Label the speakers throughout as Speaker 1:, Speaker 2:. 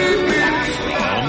Speaker 1: From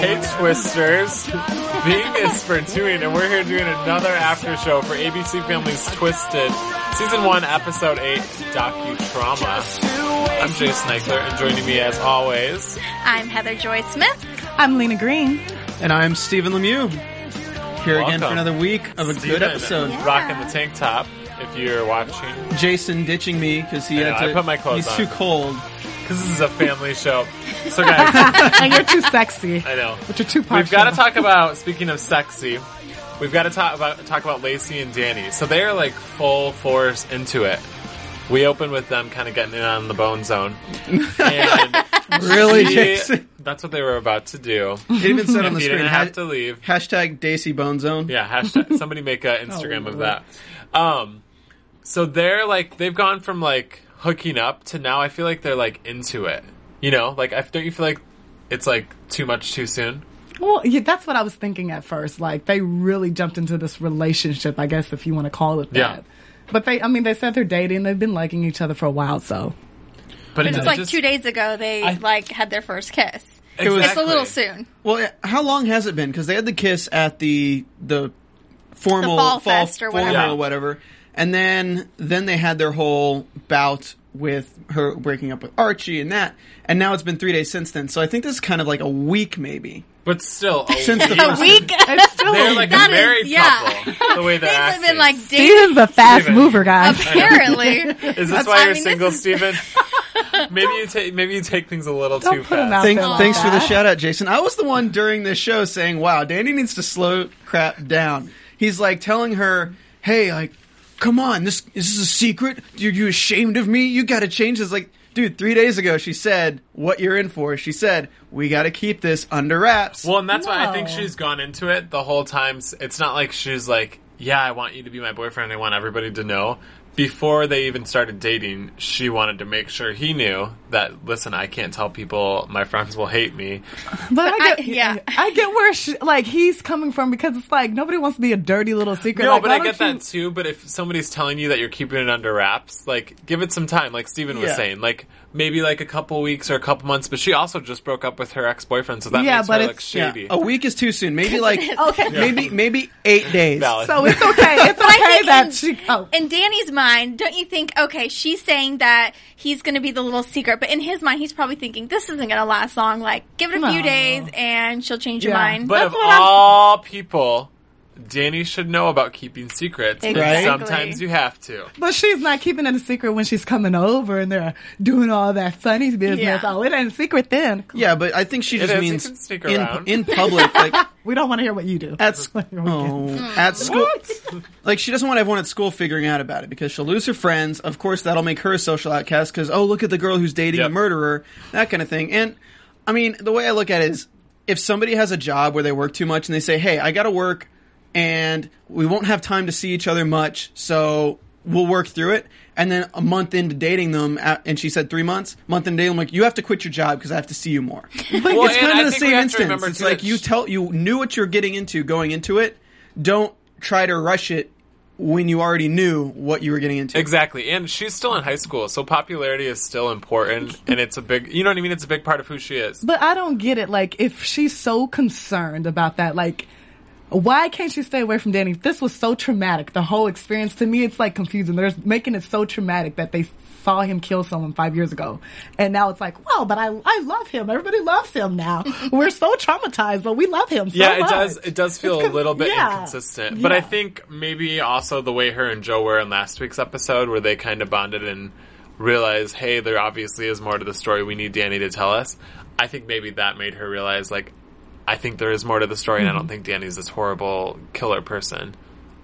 Speaker 2: Hey Twisters, being is for doing, and we're here doing another after show for ABC Family's Twisted, Season 1, Episode 8, Docudrama. I'm Jay Snipler, and joining me as always,
Speaker 3: I'm Heather Joy Smith.
Speaker 4: I'm Lena Green.
Speaker 5: And I'm Stephen Lemieux. Here again
Speaker 2: Welcome.
Speaker 5: for another week of a
Speaker 2: Steven,
Speaker 5: good episode.
Speaker 2: Rocking the tank top, if you're watching,
Speaker 5: Jason ditching me because he
Speaker 2: I
Speaker 5: had
Speaker 2: know, I
Speaker 5: to.
Speaker 2: put my clothes
Speaker 5: he's
Speaker 2: on.
Speaker 5: too cold.
Speaker 2: because this is a family show. So guys,
Speaker 4: and you're too sexy.
Speaker 2: I know.
Speaker 4: Which are too partial.
Speaker 2: We've got to talk about, speaking of sexy, we've got to talk about, talk about Lacey and Danny. So they are like full force into it. We open with them kind of getting in on the bone zone. And
Speaker 5: Really,
Speaker 2: she-
Speaker 5: Jason?
Speaker 2: That's what they were about to do.
Speaker 5: It even said on the
Speaker 2: He
Speaker 5: screen.
Speaker 2: didn't have
Speaker 5: Has,
Speaker 2: to leave.
Speaker 5: hashtag Daisy Bone Zone.
Speaker 2: Yeah, hashtag, somebody make an Instagram
Speaker 5: Oh,
Speaker 2: of that. Um, so they're like, they've gone from like hooking up to now I feel like they're like into it. You know, like, I, don't you feel like it's like too much too soon?
Speaker 4: well, yeah, that's what I was thinking at first. Like they really jumped into this relationship, I guess if you want to call it that.
Speaker 2: Yeah.
Speaker 4: But they, I mean, they said they're dating. They've been liking each other for a while, so
Speaker 2: But
Speaker 3: It was like two days ago they
Speaker 2: I-
Speaker 3: like had their first kiss.
Speaker 2: Exactly.
Speaker 3: It's a little soon.
Speaker 5: Well, yeah, how long has it been? Because they had the kiss at the the formal
Speaker 3: The fall fest or whatever.
Speaker 5: formal
Speaker 2: Yeah.
Speaker 5: whatever, and then then they had their whole bout with her breaking up with Archie and that, and now it's been three days since then. So I think this is kind of like a week, maybe.
Speaker 2: But still, a
Speaker 5: Since the
Speaker 2: week-
Speaker 3: A week.
Speaker 4: it's still
Speaker 2: They're like
Speaker 3: That
Speaker 2: a
Speaker 3: is-
Speaker 2: married
Speaker 3: yeah.
Speaker 2: couple. The way
Speaker 3: They've
Speaker 2: that
Speaker 3: been like
Speaker 4: he
Speaker 3: dating.
Speaker 4: is a fast
Speaker 2: Steven.
Speaker 4: mover, guys.
Speaker 3: Apparently,
Speaker 2: Is this
Speaker 3: That's-
Speaker 2: why
Speaker 3: I
Speaker 2: you're
Speaker 3: mean,
Speaker 2: single,
Speaker 3: this is-
Speaker 2: Steven? maybe you take maybe you take things a little
Speaker 4: Don't
Speaker 2: too
Speaker 4: put him
Speaker 2: fast.
Speaker 4: out.
Speaker 5: Thank,
Speaker 4: Something like
Speaker 5: thanks for the
Speaker 4: that.
Speaker 5: shout out, Jason. I was the one during this show saying, "Wow, Danny needs to slow crap down." He's like telling her, "Hey, like, come on, this this is a secret. Are you ashamed of me? You got to change this." Like, dude, three days ago she said, "What you're in for." She said, "We got to keep this under wraps."
Speaker 2: Well, and that's why I think
Speaker 4: No.
Speaker 2: she's gone into it the whole time. S- It's not like she's like, yeah, I want you to be my boyfriend. I want everybody to know. Before they even started dating, she wanted to make sure he knew that. Listen, I can't tell people. My friends will hate me.
Speaker 4: But I get,
Speaker 3: I- yeah.
Speaker 4: I get where she, like he's coming from because it's like nobody wants to be a dirty little secret.
Speaker 2: No,
Speaker 4: Like,
Speaker 2: but
Speaker 4: why
Speaker 2: I get
Speaker 4: don't you-
Speaker 2: that too. But if somebody's telling you that you're keeping it under wraps, like give it some time. Like Steven was
Speaker 5: Yeah.
Speaker 2: saying, like maybe like a couple weeks or a couple months. But she also just broke up with her ex boyfriend, so that
Speaker 4: Yeah, Oh,
Speaker 2: makes
Speaker 4: but
Speaker 2: her
Speaker 4: it's-
Speaker 2: look
Speaker 5: yeah,
Speaker 2: shady.
Speaker 5: a week is too soon. Maybe like
Speaker 4: Okay.
Speaker 5: maybe maybe eight days.
Speaker 2: Valid.
Speaker 4: So it's okay. It's
Speaker 3: I
Speaker 4: okay
Speaker 3: think
Speaker 4: that
Speaker 3: in-
Speaker 4: she. Oh,
Speaker 3: In Danny's mind, don't you think? Okay, she's saying that he's going to be the little secret, but in his mind, he's probably thinking this isn't going to last long. Like, give it a few
Speaker 4: No.
Speaker 3: days, and she'll change her
Speaker 4: Yeah.
Speaker 3: mind.
Speaker 2: But
Speaker 4: That's
Speaker 2: of
Speaker 4: what I'm-
Speaker 2: all people, Danny should know about keeping secrets. and
Speaker 3: Exactly.
Speaker 2: sometimes you have to.
Speaker 4: But she's not keeping it a secret when she's coming over and they're doing all that funny business.
Speaker 3: Yeah.
Speaker 4: Oh, it ain't a secret then.
Speaker 5: Yeah, but I think she
Speaker 2: It
Speaker 5: just
Speaker 2: is. You can
Speaker 5: means
Speaker 2: sneak
Speaker 5: in,
Speaker 2: around.
Speaker 5: in public, like
Speaker 4: We don't want to hear what you do.
Speaker 5: at sc-
Speaker 4: Like, okay.
Speaker 5: oh, at school. Like she doesn't want everyone at school figuring out about it because she'll lose her friends. Of course, that'll make her a social outcast because oh, look at the girl who's dating
Speaker 2: Yep.
Speaker 5: a murderer, that kind of thing. And I mean, the way I look at it is, if somebody has a job where they work too much and they say, "Hey, I got to work, and we won't have time to see each other much, so we'll work through it." And then a month into dating them, a- and she said three months. Month into dating, I'm like, "You have to quit your job because I have to see you more." Like,
Speaker 2: Well,
Speaker 5: it's
Speaker 2: and
Speaker 5: kind
Speaker 2: I
Speaker 5: of the
Speaker 2: think we
Speaker 5: same
Speaker 2: have to
Speaker 5: instance.
Speaker 2: remember,
Speaker 5: It's
Speaker 2: too,
Speaker 5: like
Speaker 2: that
Speaker 5: you
Speaker 2: sh-
Speaker 5: tell you knew what you're getting into going into it. Don't try to rush it when you already knew what you were getting into.
Speaker 2: Exactly. And she's still in high school, so popularity is still important and it's a big you know what I mean? It's a big part of who she is.
Speaker 4: But I don't get it. Like, if she's so concerned about that, like, why can't she stay away from Danny? This was so traumatic. The whole experience to me, it's like confusing. They're making it so traumatic that they saw him kill someone five years ago, and now it's like, wow, but I I love him. Everybody loves him now. We're so traumatized, but we love him. So
Speaker 2: yeah, it
Speaker 4: much.
Speaker 2: does it does feel
Speaker 4: It's
Speaker 2: a
Speaker 4: con-
Speaker 2: little bit
Speaker 4: yeah.
Speaker 2: inconsistent. But I
Speaker 4: Yeah.
Speaker 2: think maybe also the way her and Joe were in last week's episode where they kind of bonded and realize, hey, there obviously is more to the story. We need Danny to tell us. I think maybe that made her realize, like, I think there is more to the story, and I don't
Speaker 4: Mm-hmm.
Speaker 2: think Danny's this horrible killer person.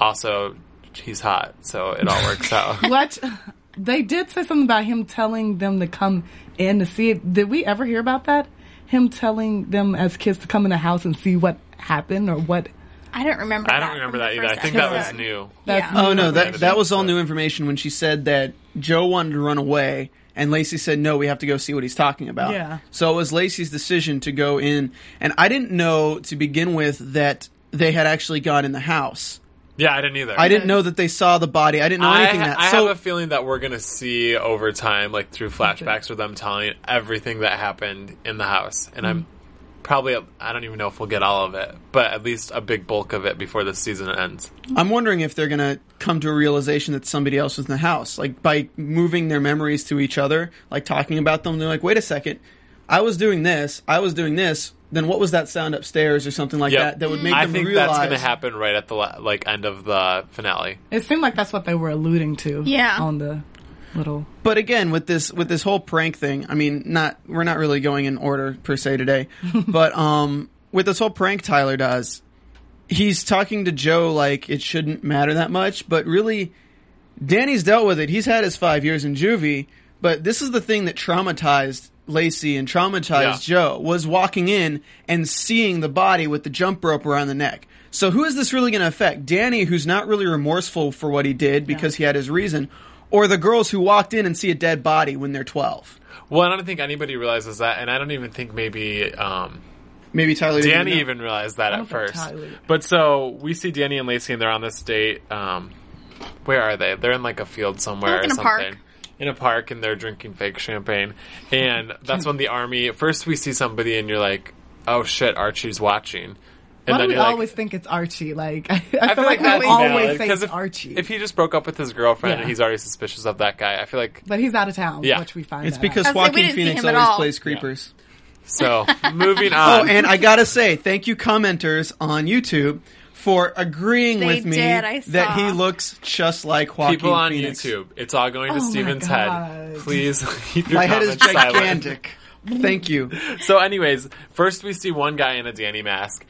Speaker 2: Also, he's hot, so it all works out.
Speaker 4: What? They did say something about him telling them to come in to see it. Did we ever hear about that? Him telling them as kids to come in the house and see what happened or what?
Speaker 3: I don't remember.
Speaker 2: I
Speaker 3: that
Speaker 2: don't remember
Speaker 3: from
Speaker 2: that
Speaker 3: the
Speaker 2: either. I
Speaker 3: first
Speaker 2: think that was
Speaker 3: episode.
Speaker 2: new.
Speaker 4: That's
Speaker 3: yeah.
Speaker 5: Oh no, that
Speaker 2: Yeah.
Speaker 5: that was all new information when she said that Joe wanted to run away and Lacey said no, we have to go see what he's talking about.
Speaker 4: Yeah.
Speaker 5: So it was Lacey's decision to go in and I didn't know to begin with that they had actually got in the house.
Speaker 2: Yeah, I didn't either.
Speaker 5: I didn't know that they saw the body. I didn't know anything
Speaker 2: I,
Speaker 5: that
Speaker 2: I
Speaker 5: so
Speaker 2: have a feeling that we're gonna see over time, like through flashbacks, with them telling everything that happened in the house, and
Speaker 5: Mm.
Speaker 2: I'm probably I don't even know if we'll get all of it, but at least a big bulk of it before this season ends.
Speaker 5: I'm wondering if they're gonna come to a realization that somebody else was in the house, like by moving their memories to each other, like talking about them. They're like, wait a second, I was doing this, I was doing this. Then what was that sound upstairs or something like
Speaker 2: Yep.
Speaker 5: that that would make
Speaker 2: I
Speaker 5: them
Speaker 2: think
Speaker 5: realize?
Speaker 2: that's gonna happen right at the la- like end of the finale.
Speaker 4: It seemed like that's what they were alluding to.
Speaker 3: Yeah.
Speaker 4: On the little.
Speaker 5: But again, with this with this whole prank thing, I mean, not we're not really going in order per se today, but um, with this whole prank Tyler does, he's talking to Joe like it shouldn't matter that much, but really, Danny's dealt with it. He's had his five years in juvie, but this is the thing that traumatized Lacey and traumatized
Speaker 2: Yeah.
Speaker 5: Joe was walking in and seeing the body with the jump rope around the neck. So who is this really going to affect? Danny, who's not really remorseful for what he did because he had his reason, or the girls who walked in and see a dead body when they're twelve?
Speaker 2: Well, I don't think anybody realizes that, and I don't even think maybe um,
Speaker 5: Maybe Tyler. didn't
Speaker 2: Danny
Speaker 5: know.
Speaker 2: even realized that at
Speaker 4: don't think
Speaker 2: first.
Speaker 4: Tyler-
Speaker 2: But so we see Danny and Lacey, and they're on this date. Um, where are they? They're in like a field somewhere
Speaker 3: They're, like,
Speaker 2: or
Speaker 3: in a park.
Speaker 2: something. In a park, and they're drinking fake champagne. And that's when the army. First, we see somebody, and you're like, "Oh shit, Archie's watching." And
Speaker 4: Why do we
Speaker 2: you're like,
Speaker 4: always think it's Archie? Like I, I,
Speaker 2: I
Speaker 4: feel like,
Speaker 2: that's
Speaker 4: we always
Speaker 2: valid,
Speaker 4: say
Speaker 2: 'cause
Speaker 4: it's
Speaker 2: if,
Speaker 4: Archie,
Speaker 2: If he just broke up with his girlfriend
Speaker 4: Yeah.
Speaker 2: and he's already suspicious of that guy, I feel like
Speaker 4: but he's out of town,
Speaker 2: Yeah.
Speaker 4: which we find.
Speaker 5: It's
Speaker 4: that out.
Speaker 5: because
Speaker 3: I was like, we
Speaker 5: Joaquin
Speaker 3: didn't see
Speaker 5: Phoenix
Speaker 3: him at
Speaker 5: always
Speaker 3: all.
Speaker 5: plays creepers.
Speaker 2: so. Moving
Speaker 5: Oh,
Speaker 2: on.
Speaker 5: and I gotta say, thank you, commenters on YouTube, for agreeing
Speaker 3: They
Speaker 5: with me
Speaker 3: did, I
Speaker 5: that
Speaker 3: saw.
Speaker 5: he looks just like Joaquin
Speaker 2: People on
Speaker 5: Phoenix.
Speaker 2: YouTube, it's all going to
Speaker 4: Oh my
Speaker 2: Steven's head.
Speaker 4: God.
Speaker 2: Please keep your
Speaker 5: My head is
Speaker 2: comments silent.
Speaker 5: gigantic. thank you.
Speaker 3: Oh
Speaker 2: So, anyways, first we see one guy in a Danny mask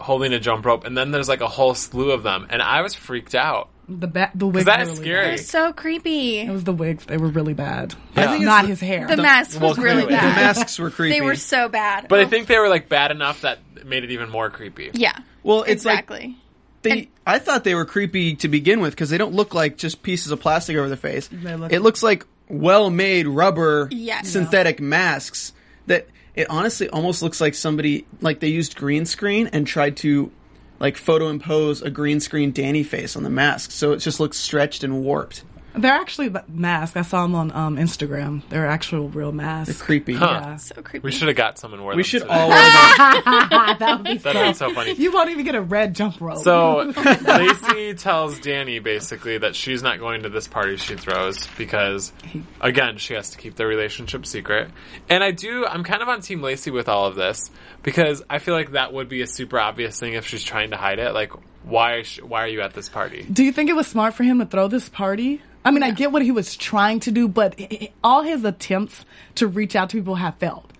Speaker 2: holding a jump rope, and then there's like a whole slew of them, and I was freaked out.
Speaker 4: the ba- the wigs.
Speaker 2: that
Speaker 4: were
Speaker 2: is
Speaker 4: really
Speaker 2: scary.
Speaker 4: bad.
Speaker 3: They're so creepy.
Speaker 4: It was the wigs. They were really bad.
Speaker 2: Yeah. think it's
Speaker 4: Not
Speaker 5: the-
Speaker 4: his hair.
Speaker 3: the mask
Speaker 2: well,
Speaker 3: was really
Speaker 2: clearly.
Speaker 5: The
Speaker 3: bad.
Speaker 5: masks were creepy.
Speaker 3: they were so bad.
Speaker 2: But I
Speaker 3: Oh.
Speaker 2: think they were like bad enough that it made it even more creepy.
Speaker 3: yeah.
Speaker 5: well, it's like
Speaker 3: exactly.
Speaker 5: they.
Speaker 3: And-
Speaker 5: I thought they were creepy to begin with because they don't look like just pieces of plastic over their face.
Speaker 4: They look-
Speaker 5: it looks like well-made rubber
Speaker 3: Yes.
Speaker 5: synthetic masks that it honestly almost looks like somebody like they used green screen and tried to like photo impose a green screen Danny face on the mask, so it just looks stretched and warped.
Speaker 4: They're actually b- masks. I saw them on um, Instagram. They're actual real masks.
Speaker 5: Creepy.
Speaker 4: Yeah.
Speaker 3: so creepy.
Speaker 2: We should have got someone wore
Speaker 5: We
Speaker 2: them
Speaker 5: should
Speaker 2: today.
Speaker 5: always.
Speaker 4: that would be
Speaker 2: That would be so funny.
Speaker 4: You won't even get a red jump rope.
Speaker 2: So Lacey tells Danny basically that she's not going to this party she throws because, again, she has to keep their relationship secret. And I do, I'm kind of on Team Lacey with all of this because I feel like that would be a super obvious thing if she's trying to hide it. Like, why? Is she, why are you at this party?
Speaker 4: Do you think it was smart for him to throw this party? I mean, I get what he was trying to do, but i- i- all his attempts to reach out to people have failed.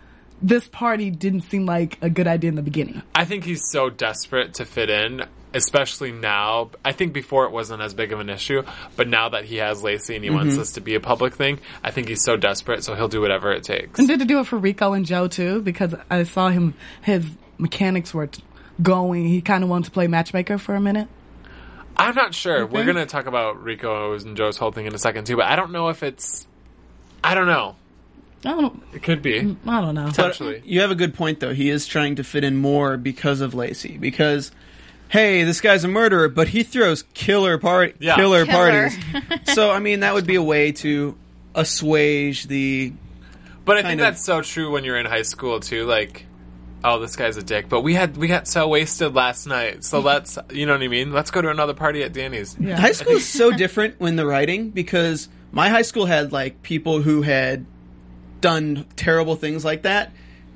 Speaker 4: This party didn't seem like a good idea in the beginning.
Speaker 2: I think he's so desperate to fit in, especially now. I think before it wasn't as big of an issue, but now that he has Lacey and he wants this to be a public thing, I think he's so desperate, so he'll do whatever it takes.
Speaker 4: And did to do it for Rico and Joe too, because I saw him, his mechanics were t- going. He kind of wanted to play matchmaker for a minute.
Speaker 2: I'm not sure. We're gonna talk about Rico's and Joe's whole thing in a second too, but I don't know if it's. I don't know.
Speaker 4: I don't,
Speaker 2: It could be
Speaker 5: Mm-hmm.
Speaker 4: I don't know.
Speaker 2: potentially.
Speaker 5: you have a good point though. He is trying to fit in more because of Lacey. Because hey, this guy's a murderer, but he throws killer party,
Speaker 2: Yeah.
Speaker 5: killer,
Speaker 3: Killer.
Speaker 5: parties. so I mean, that would be a way to assuage the.
Speaker 2: But I think
Speaker 5: uh, kind of-
Speaker 2: that's so true when you're in high school too. Like, oh, this guy's a dick. But we had we got so wasted last night.
Speaker 5: Mm-hmm.
Speaker 2: So let's, you know what I mean? Let's go to another party at Danny's. Yeah.
Speaker 5: High school is so different when the writing because my high school had like people who had done terrible things like that,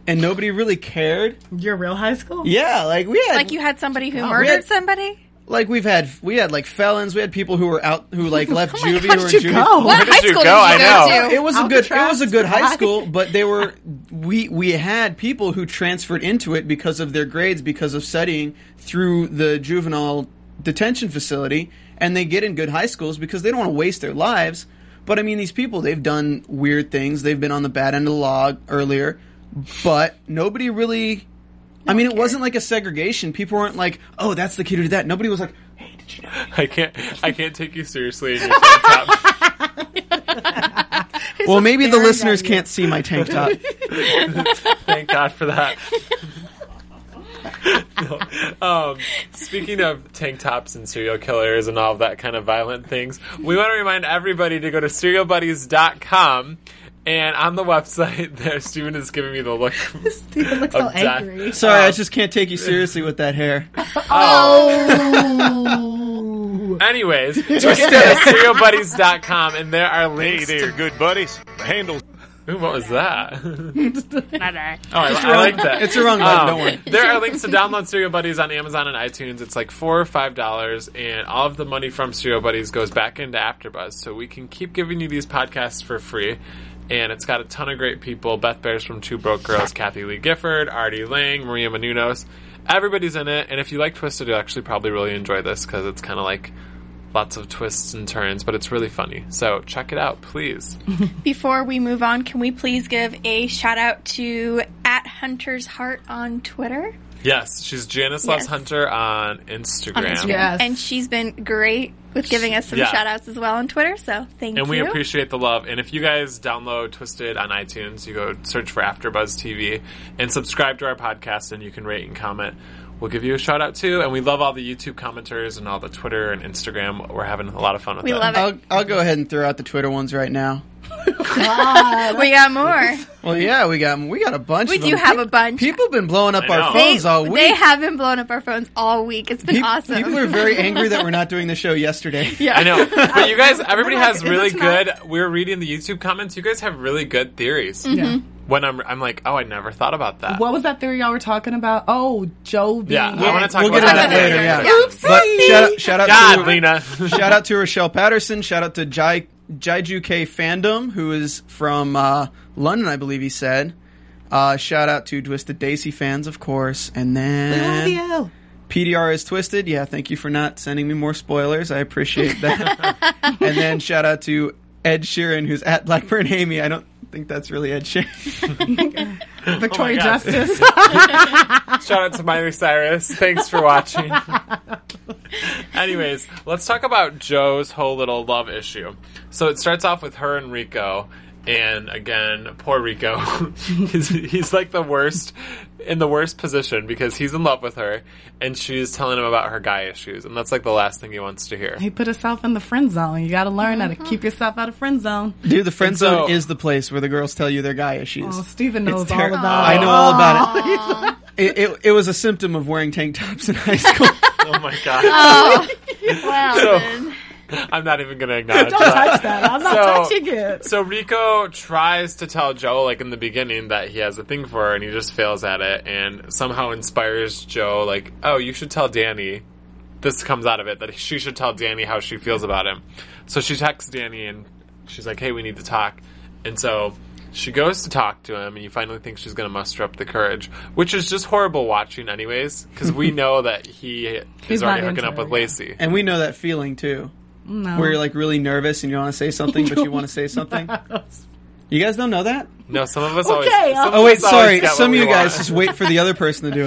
Speaker 5: and nobody really cared.
Speaker 4: Your real high school?
Speaker 5: Yeah, like we had
Speaker 3: like you had somebody who
Speaker 5: we
Speaker 3: murdered
Speaker 5: had-
Speaker 3: somebody.
Speaker 5: like we've had we had like felons, we had people who were out who like left
Speaker 4: Oh my
Speaker 5: juvie
Speaker 4: God,
Speaker 5: who were
Speaker 4: you
Speaker 5: juvie.
Speaker 4: go.
Speaker 6: What
Speaker 2: did
Speaker 6: high
Speaker 2: you
Speaker 6: school
Speaker 2: go? I
Speaker 6: did you go
Speaker 2: know.
Speaker 6: to?
Speaker 5: It was a good. It was a good high
Speaker 4: Alcatraz?
Speaker 5: school, but they were we we had people who transferred into it because of their grades, because of studying through the juvenile detention facility, and they get in good high schools because they don't want to waste their lives. But I mean, these people they've done weird things. They've been on the bad end of the law earlier, but nobody really. I mean, it wasn't like a segregation. People weren't like, "Oh, that's the kid who did that." Nobody was like, "Hey, did you know?"
Speaker 2: I can't. I can't take you seriously. In your tank top.
Speaker 5: Well, maybe the
Speaker 4: staring at
Speaker 5: listeners
Speaker 4: you.
Speaker 5: can't see my tank top.
Speaker 2: Thank God for that. No. Um, speaking of tank tops and serial killers and all of that kind of violent things, we want to remind everybody to go to serialbuddies.com. And on the website, there, Steven is giving me the look.
Speaker 4: Steven looks so
Speaker 2: I'm done.
Speaker 4: angry.
Speaker 5: Sorry, I just can't take you seriously with that hair.
Speaker 4: Oh.
Speaker 2: Anyways, just go to serialbuddies.com, and there are
Speaker 7: Hey
Speaker 2: links.
Speaker 7: there, good buddies. The handle's
Speaker 2: Ooh, what was that?
Speaker 6: My bad.
Speaker 2: Oh, I, I like that.
Speaker 5: It's the wrong one.
Speaker 2: Um,
Speaker 5: Don't worry.
Speaker 3: Oh.
Speaker 2: There are links to download Serial Buddies on Amazon and iTunes. It's like four or five dollars, and all of the money from Serial Buddies goes back into AfterBuzz, so we can keep giving you these podcasts for free. And it's got a ton of great people: Beth Bears from Two Broke Girls, Kathy Lee Gifford, Artie Lang, Maria Menounos. Everybody's in it, and if you like Twisted, you'll actually probably really enjoy this because it's kind of like lots of twists and turns, but it's really funny. So check it out, please.
Speaker 3: Before we move on, can we please give a shout out to at Hunter's Heart on Twitter?
Speaker 2: Yes, she's Janice Loves
Speaker 3: Yes.
Speaker 2: Hunter on
Speaker 3: On
Speaker 2: Instagram.
Speaker 3: Instagram.
Speaker 4: Yes.
Speaker 3: And she's been great with giving us some
Speaker 2: Yeah.
Speaker 3: shout outs as well on Twitter, so thank
Speaker 2: and
Speaker 3: you.
Speaker 2: we appreciate the love. And if you guys download Twisted on iTunes, you go search for AfterBuzz TV and subscribe to our podcast, and you can rate and comment. We'll give you a shout out too. And we love all the YouTube commenters and all the Twitter and Instagram. We're having a lot of fun with
Speaker 3: We
Speaker 2: that.
Speaker 3: love it.
Speaker 5: I'll, I'll go ahead and throw out the Twitter ones right now.
Speaker 3: we got more.
Speaker 5: Well, yeah, we got we got a bunch.
Speaker 3: We
Speaker 5: of
Speaker 3: do
Speaker 5: them.
Speaker 3: have
Speaker 5: Pe-
Speaker 3: a bunch.
Speaker 5: People have been blowing up
Speaker 2: I know.
Speaker 5: our
Speaker 3: They,
Speaker 5: phones all week.
Speaker 3: they have been blowing up our phones all week. It's been
Speaker 5: Pe-
Speaker 3: awesome.
Speaker 5: People are very angry that we're not doing the show yesterday.
Speaker 2: I know, but you guys, everybody has
Speaker 4: Isn't it
Speaker 2: really good.
Speaker 4: tonight?
Speaker 2: We're reading the YouTube comments. You guys have really good theories.
Speaker 4: Yeah.
Speaker 2: When I'm, I'm like, oh, I never thought about that.
Speaker 4: What was that theory y'all were talking about? Oh, Joe. being-
Speaker 2: Yeah, I want to talk
Speaker 5: we'll
Speaker 2: about
Speaker 5: get into that
Speaker 2: that
Speaker 5: later. Yeah.
Speaker 3: Oops.
Speaker 5: But shout out, shout out
Speaker 2: God,
Speaker 5: to
Speaker 2: Lena.
Speaker 5: shout out to Rochelle Patterson. Shout out to Jai Jaiju K fandom, who is from uh, London, I believe he said. Uh, shout out to Twisted Daisy fans, of course, and then
Speaker 4: Love you.
Speaker 5: PDR is twisted. Yeah, thank you for not sending me more spoilers. I appreciate that. and then shout out to Ed Sheeran, who's at Blackburn Amy. I don't think that's really Ed Sheeran.
Speaker 4: Victoria
Speaker 2: God.
Speaker 4: Justice.
Speaker 2: Shout out to Miley Cyrus. Thanks for watching. Anyways, let's talk about Joe's whole little love issue. So it starts off with her and Rico. And again, poor Rico. he's, he's like the worst, in the worst position because he's in love with her and she's telling him about her guy issues. And that's like the last thing he wants to hear.
Speaker 4: he put himself in the friend zone. You got to learn how to keep
Speaker 3: Mm-hmm.
Speaker 4: yourself out of friend zone.
Speaker 5: Dude, the friend
Speaker 2: And so-
Speaker 5: zone is the place where the girls tell you their guy issues.
Speaker 4: Oh, Steven
Speaker 5: It's
Speaker 4: knows all
Speaker 5: ter-
Speaker 4: about
Speaker 5: I
Speaker 4: it.
Speaker 5: know all about it. it, it. It was a symptom of wearing tank tops in high school.
Speaker 2: Oh my god.
Speaker 3: Well,
Speaker 2: So-
Speaker 3: then.
Speaker 2: I'm not even going to acknowledge
Speaker 4: Don't
Speaker 2: that.
Speaker 4: touch that. I'm not
Speaker 2: So-
Speaker 4: touching it.
Speaker 2: So Rico tries to tell Joe, like in the beginning, that he has a thing for her, and he just fails at it, and somehow inspires Joe, like, "Oh, you should tell Danny." This comes out of it that she should tell Danny how she feels about him. So she texts Danny, and she's like, "Hey, we need to talk." And so she goes to talk to him, and you finally think she's going to muster up the courage, which is just horrible watching, anyways, because we know that he
Speaker 4: He's
Speaker 2: is already
Speaker 4: not
Speaker 2: hooking
Speaker 4: into
Speaker 2: up
Speaker 4: her,
Speaker 2: with
Speaker 4: yeah.
Speaker 2: Lacey.
Speaker 5: and we know that feeling too,
Speaker 4: No.
Speaker 5: where you're like really nervous and you want to say something, but you want to say something. You guys don't know that?
Speaker 2: No, some of us always.
Speaker 4: Okay,
Speaker 2: some
Speaker 4: I'll-
Speaker 5: Oh
Speaker 2: of
Speaker 5: wait,
Speaker 2: us always
Speaker 5: sorry.
Speaker 2: get
Speaker 5: Some
Speaker 2: what
Speaker 5: of
Speaker 2: we
Speaker 5: you guys
Speaker 2: want.
Speaker 5: just wait for the other person to do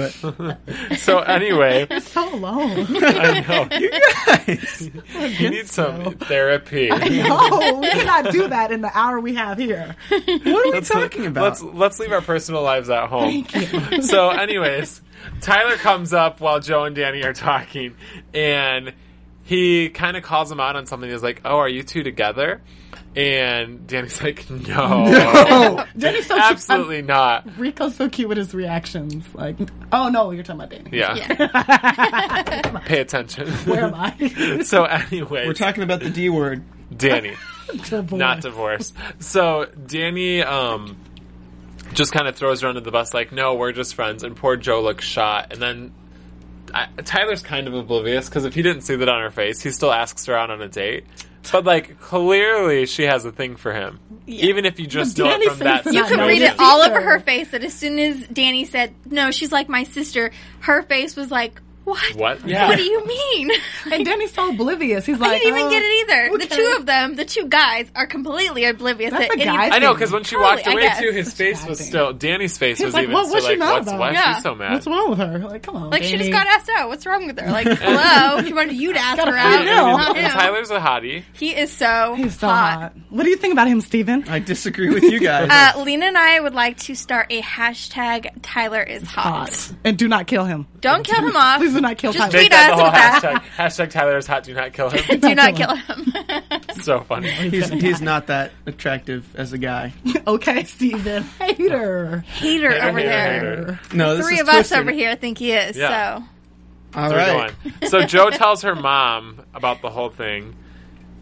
Speaker 5: it.
Speaker 2: So anyway.
Speaker 4: You're so alone.
Speaker 2: I know. You guys. need some therapy.
Speaker 4: no, we cannot do that in the hour we have here.
Speaker 5: What are we talking about?
Speaker 2: Let's let's leave our personal lives at home. So anyways, Tyler comes up while Joe and Danny are talking and he kind of calls him out on something. He's like, "Oh, are you two together?" And Danny's like, "No."
Speaker 4: Danny's so
Speaker 2: Absolutely not.
Speaker 4: Cute. Rico's so cute with his reactions. Like, oh no, you're talking about Danny.
Speaker 2: Yeah. Pay attention.
Speaker 4: Where am I?
Speaker 2: so anyway,
Speaker 5: We're talking about the D word.
Speaker 2: Danny.
Speaker 4: Divorce.
Speaker 2: not divorce. So Danny um just kind of throws her under the bus, like, no, we're just friends. And poor Joe looks shot. And then I I, Tyler's kind of oblivious because if he didn't see that on her face, he still asks her out on a date. But like clearly, she has a thing for him, even if you just know it
Speaker 6: Danny
Speaker 2: from
Speaker 6: says
Speaker 2: that.
Speaker 6: that. You
Speaker 3: You could
Speaker 6: No,
Speaker 3: read
Speaker 6: you
Speaker 3: it all over
Speaker 4: don't.
Speaker 3: her face that as soon as Danny said, No, she's like my sister, her face was like, What?
Speaker 2: What?
Speaker 3: What do you mean?
Speaker 4: And Danny's so oblivious. He's like,
Speaker 3: I didn't even
Speaker 4: oh,
Speaker 3: get it either. The
Speaker 4: okay.
Speaker 3: two of them, the two guys, are completely oblivious.
Speaker 4: That's
Speaker 3: that
Speaker 4: a
Speaker 3: any-
Speaker 4: guy
Speaker 2: I know because when she
Speaker 3: Probably,
Speaker 2: walked
Speaker 3: I
Speaker 2: away
Speaker 3: guess.
Speaker 2: too, his face was
Speaker 4: acting.
Speaker 2: still Danny's face
Speaker 4: He's
Speaker 2: was
Speaker 4: like,
Speaker 2: even
Speaker 4: what-
Speaker 2: still
Speaker 4: what's she
Speaker 2: like,
Speaker 4: mad
Speaker 2: what's
Speaker 4: about?
Speaker 2: why
Speaker 3: Yeah.
Speaker 2: she's so mad?
Speaker 4: What's wrong with her? Like, come on.
Speaker 3: Like she just
Speaker 4: Danny.
Speaker 3: got asked out. What's wrong with her? Like, hello, she wanted you to ask
Speaker 4: Gotta
Speaker 3: her
Speaker 4: find
Speaker 3: out.
Speaker 4: out.
Speaker 3: not
Speaker 2: And
Speaker 3: him.
Speaker 2: Tyler's a hottie.
Speaker 3: He is so
Speaker 4: He's so
Speaker 3: hot.
Speaker 4: hot. What do you think about him, Steven?
Speaker 5: I disagree with you guys.
Speaker 3: Uh, Lena and I would like to start a hashtag Tyler is hot.
Speaker 4: Hot. And do not kill him.
Speaker 3: Don't kill him off.
Speaker 4: Please do not kill
Speaker 3: Just
Speaker 4: Tyler.
Speaker 2: Make
Speaker 3: tweet
Speaker 2: that
Speaker 3: us
Speaker 2: the whole
Speaker 3: with that.
Speaker 2: hashtag. hashtag Tyler is hot. Do not kill him.
Speaker 3: Do not
Speaker 4: kill
Speaker 3: kill him.
Speaker 2: so funny.
Speaker 5: he's he's not that attractive as a guy.
Speaker 4: okay, Steven. Hater.
Speaker 3: Hater over
Speaker 2: hater,
Speaker 3: there.
Speaker 2: hater.
Speaker 5: No, this
Speaker 3: Three
Speaker 5: is
Speaker 3: of us
Speaker 5: twisted.
Speaker 3: over here think he is.
Speaker 2: Yeah.
Speaker 3: So
Speaker 5: All
Speaker 2: They're
Speaker 5: right.
Speaker 2: going. So Joe tells her mom about the whole thing,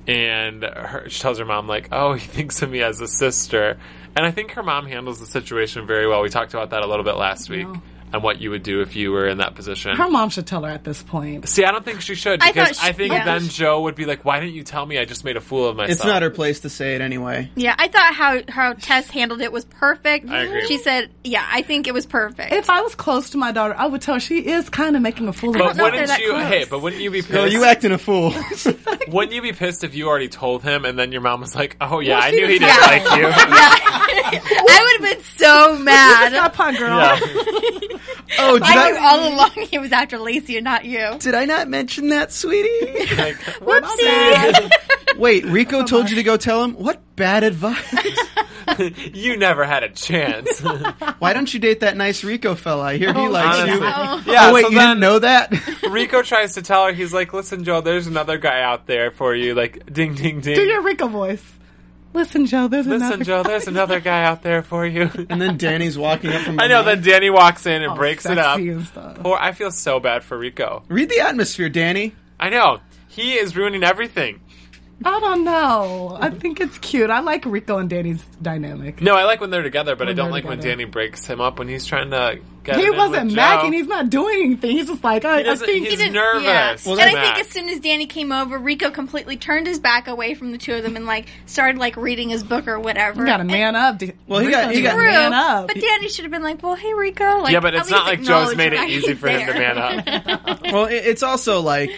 Speaker 2: and her, she tells her mom like, "Oh, he thinks of me as a sister." And I think her mom handles the situation very well. We talked about that a little bit last week and what you would do if you were in that position.
Speaker 4: Her mom should tell her at this point.
Speaker 2: See, I don't think she should
Speaker 3: I
Speaker 2: because I,
Speaker 3: thought she-
Speaker 2: think
Speaker 3: yeah.
Speaker 2: then Joe would be like, "Why didn't you tell me? I just made a fool of myself."
Speaker 5: It's not her place to say it anyway.
Speaker 3: yeah, I thought how how Tess handled it was perfect.
Speaker 2: I agree.
Speaker 3: She said, "Yeah, I think it was perfect."
Speaker 4: If I was close to my daughter, I would tell her she is kind of making a fool of
Speaker 2: But
Speaker 3: know if they're
Speaker 4: herself.
Speaker 2: wouldn't
Speaker 3: that
Speaker 2: you?
Speaker 3: close.
Speaker 2: Hey, but wouldn't you be pissed?
Speaker 5: No, you acting a fool.
Speaker 2: wouldn't you be pissed if you already told him and then your mom was like, "Oh yeah,
Speaker 4: Well,
Speaker 2: I
Speaker 4: she
Speaker 2: knew he
Speaker 4: didn't
Speaker 2: didn't like you."
Speaker 3: I would have been so mad.
Speaker 4: Stop, huh, girl?
Speaker 2: Yeah.
Speaker 5: oh, did
Speaker 3: I knew
Speaker 5: I,
Speaker 3: all along he was after Lacey and not you.
Speaker 5: did I not mention that, sweetie? Oh,
Speaker 2: Like,
Speaker 3: Whoopsie.
Speaker 5: Wait, Rico told you to go tell him? What bad advice.
Speaker 2: you never had a chance.
Speaker 5: Why don't you date that nice Rico fella? I hear he likes
Speaker 2: Honestly.
Speaker 5: you.
Speaker 2: Yeah,
Speaker 5: Oh, wait,
Speaker 2: so
Speaker 5: you
Speaker 2: then
Speaker 5: didn't know that?
Speaker 2: Rico tries to tell her, he's like, listen, Joe, there's another guy out there for you. Like, ding, ding, ding.
Speaker 4: Do your Rico voice. Listen, Joe, there's
Speaker 2: listen,
Speaker 4: another
Speaker 2: Joe, there's another guy out there for you.
Speaker 5: and then Danny's walking up from
Speaker 2: I know, then
Speaker 5: behind.
Speaker 2: Danny walks in and
Speaker 4: Oh,
Speaker 2: breaks it
Speaker 4: sexy
Speaker 2: up.
Speaker 4: and stuff.
Speaker 2: Poor, I feel so bad for Rico.
Speaker 5: Read the atmosphere, Danny.
Speaker 2: I know. He is ruining everything.
Speaker 4: I don't know. I think it's cute. I like Rico and Danny's dynamic.
Speaker 2: No, I like when they're together, but I
Speaker 4: When
Speaker 2: don't
Speaker 4: they're
Speaker 2: like when
Speaker 4: together.
Speaker 2: Danny breaks him up when he's trying to get it
Speaker 4: He
Speaker 2: in with
Speaker 4: wasn't
Speaker 2: Joe.
Speaker 4: macking. He's not doing anything. He's just like, I,
Speaker 2: He
Speaker 4: I
Speaker 2: doesn't-
Speaker 4: think.
Speaker 2: he's
Speaker 3: didn't-
Speaker 2: nervous.
Speaker 3: yeah.
Speaker 2: Well,
Speaker 3: and I
Speaker 2: that's-
Speaker 3: think as soon as Danny came over, Rico completely turned his back away from the two of them and like started like reading his book or whatever.
Speaker 4: You gotta man up.
Speaker 5: Well, he got- he got-
Speaker 3: True,
Speaker 4: man up.
Speaker 3: but Danny should have been like, "Well, hey, Rico." Like,
Speaker 2: yeah, but
Speaker 3: at
Speaker 2: it's not like
Speaker 3: least
Speaker 2: Joe's
Speaker 3: acknowledge
Speaker 2: made
Speaker 3: why
Speaker 2: it easy
Speaker 3: he's
Speaker 2: for him to
Speaker 3: there.
Speaker 2: man up.
Speaker 5: Well, it, it's also like,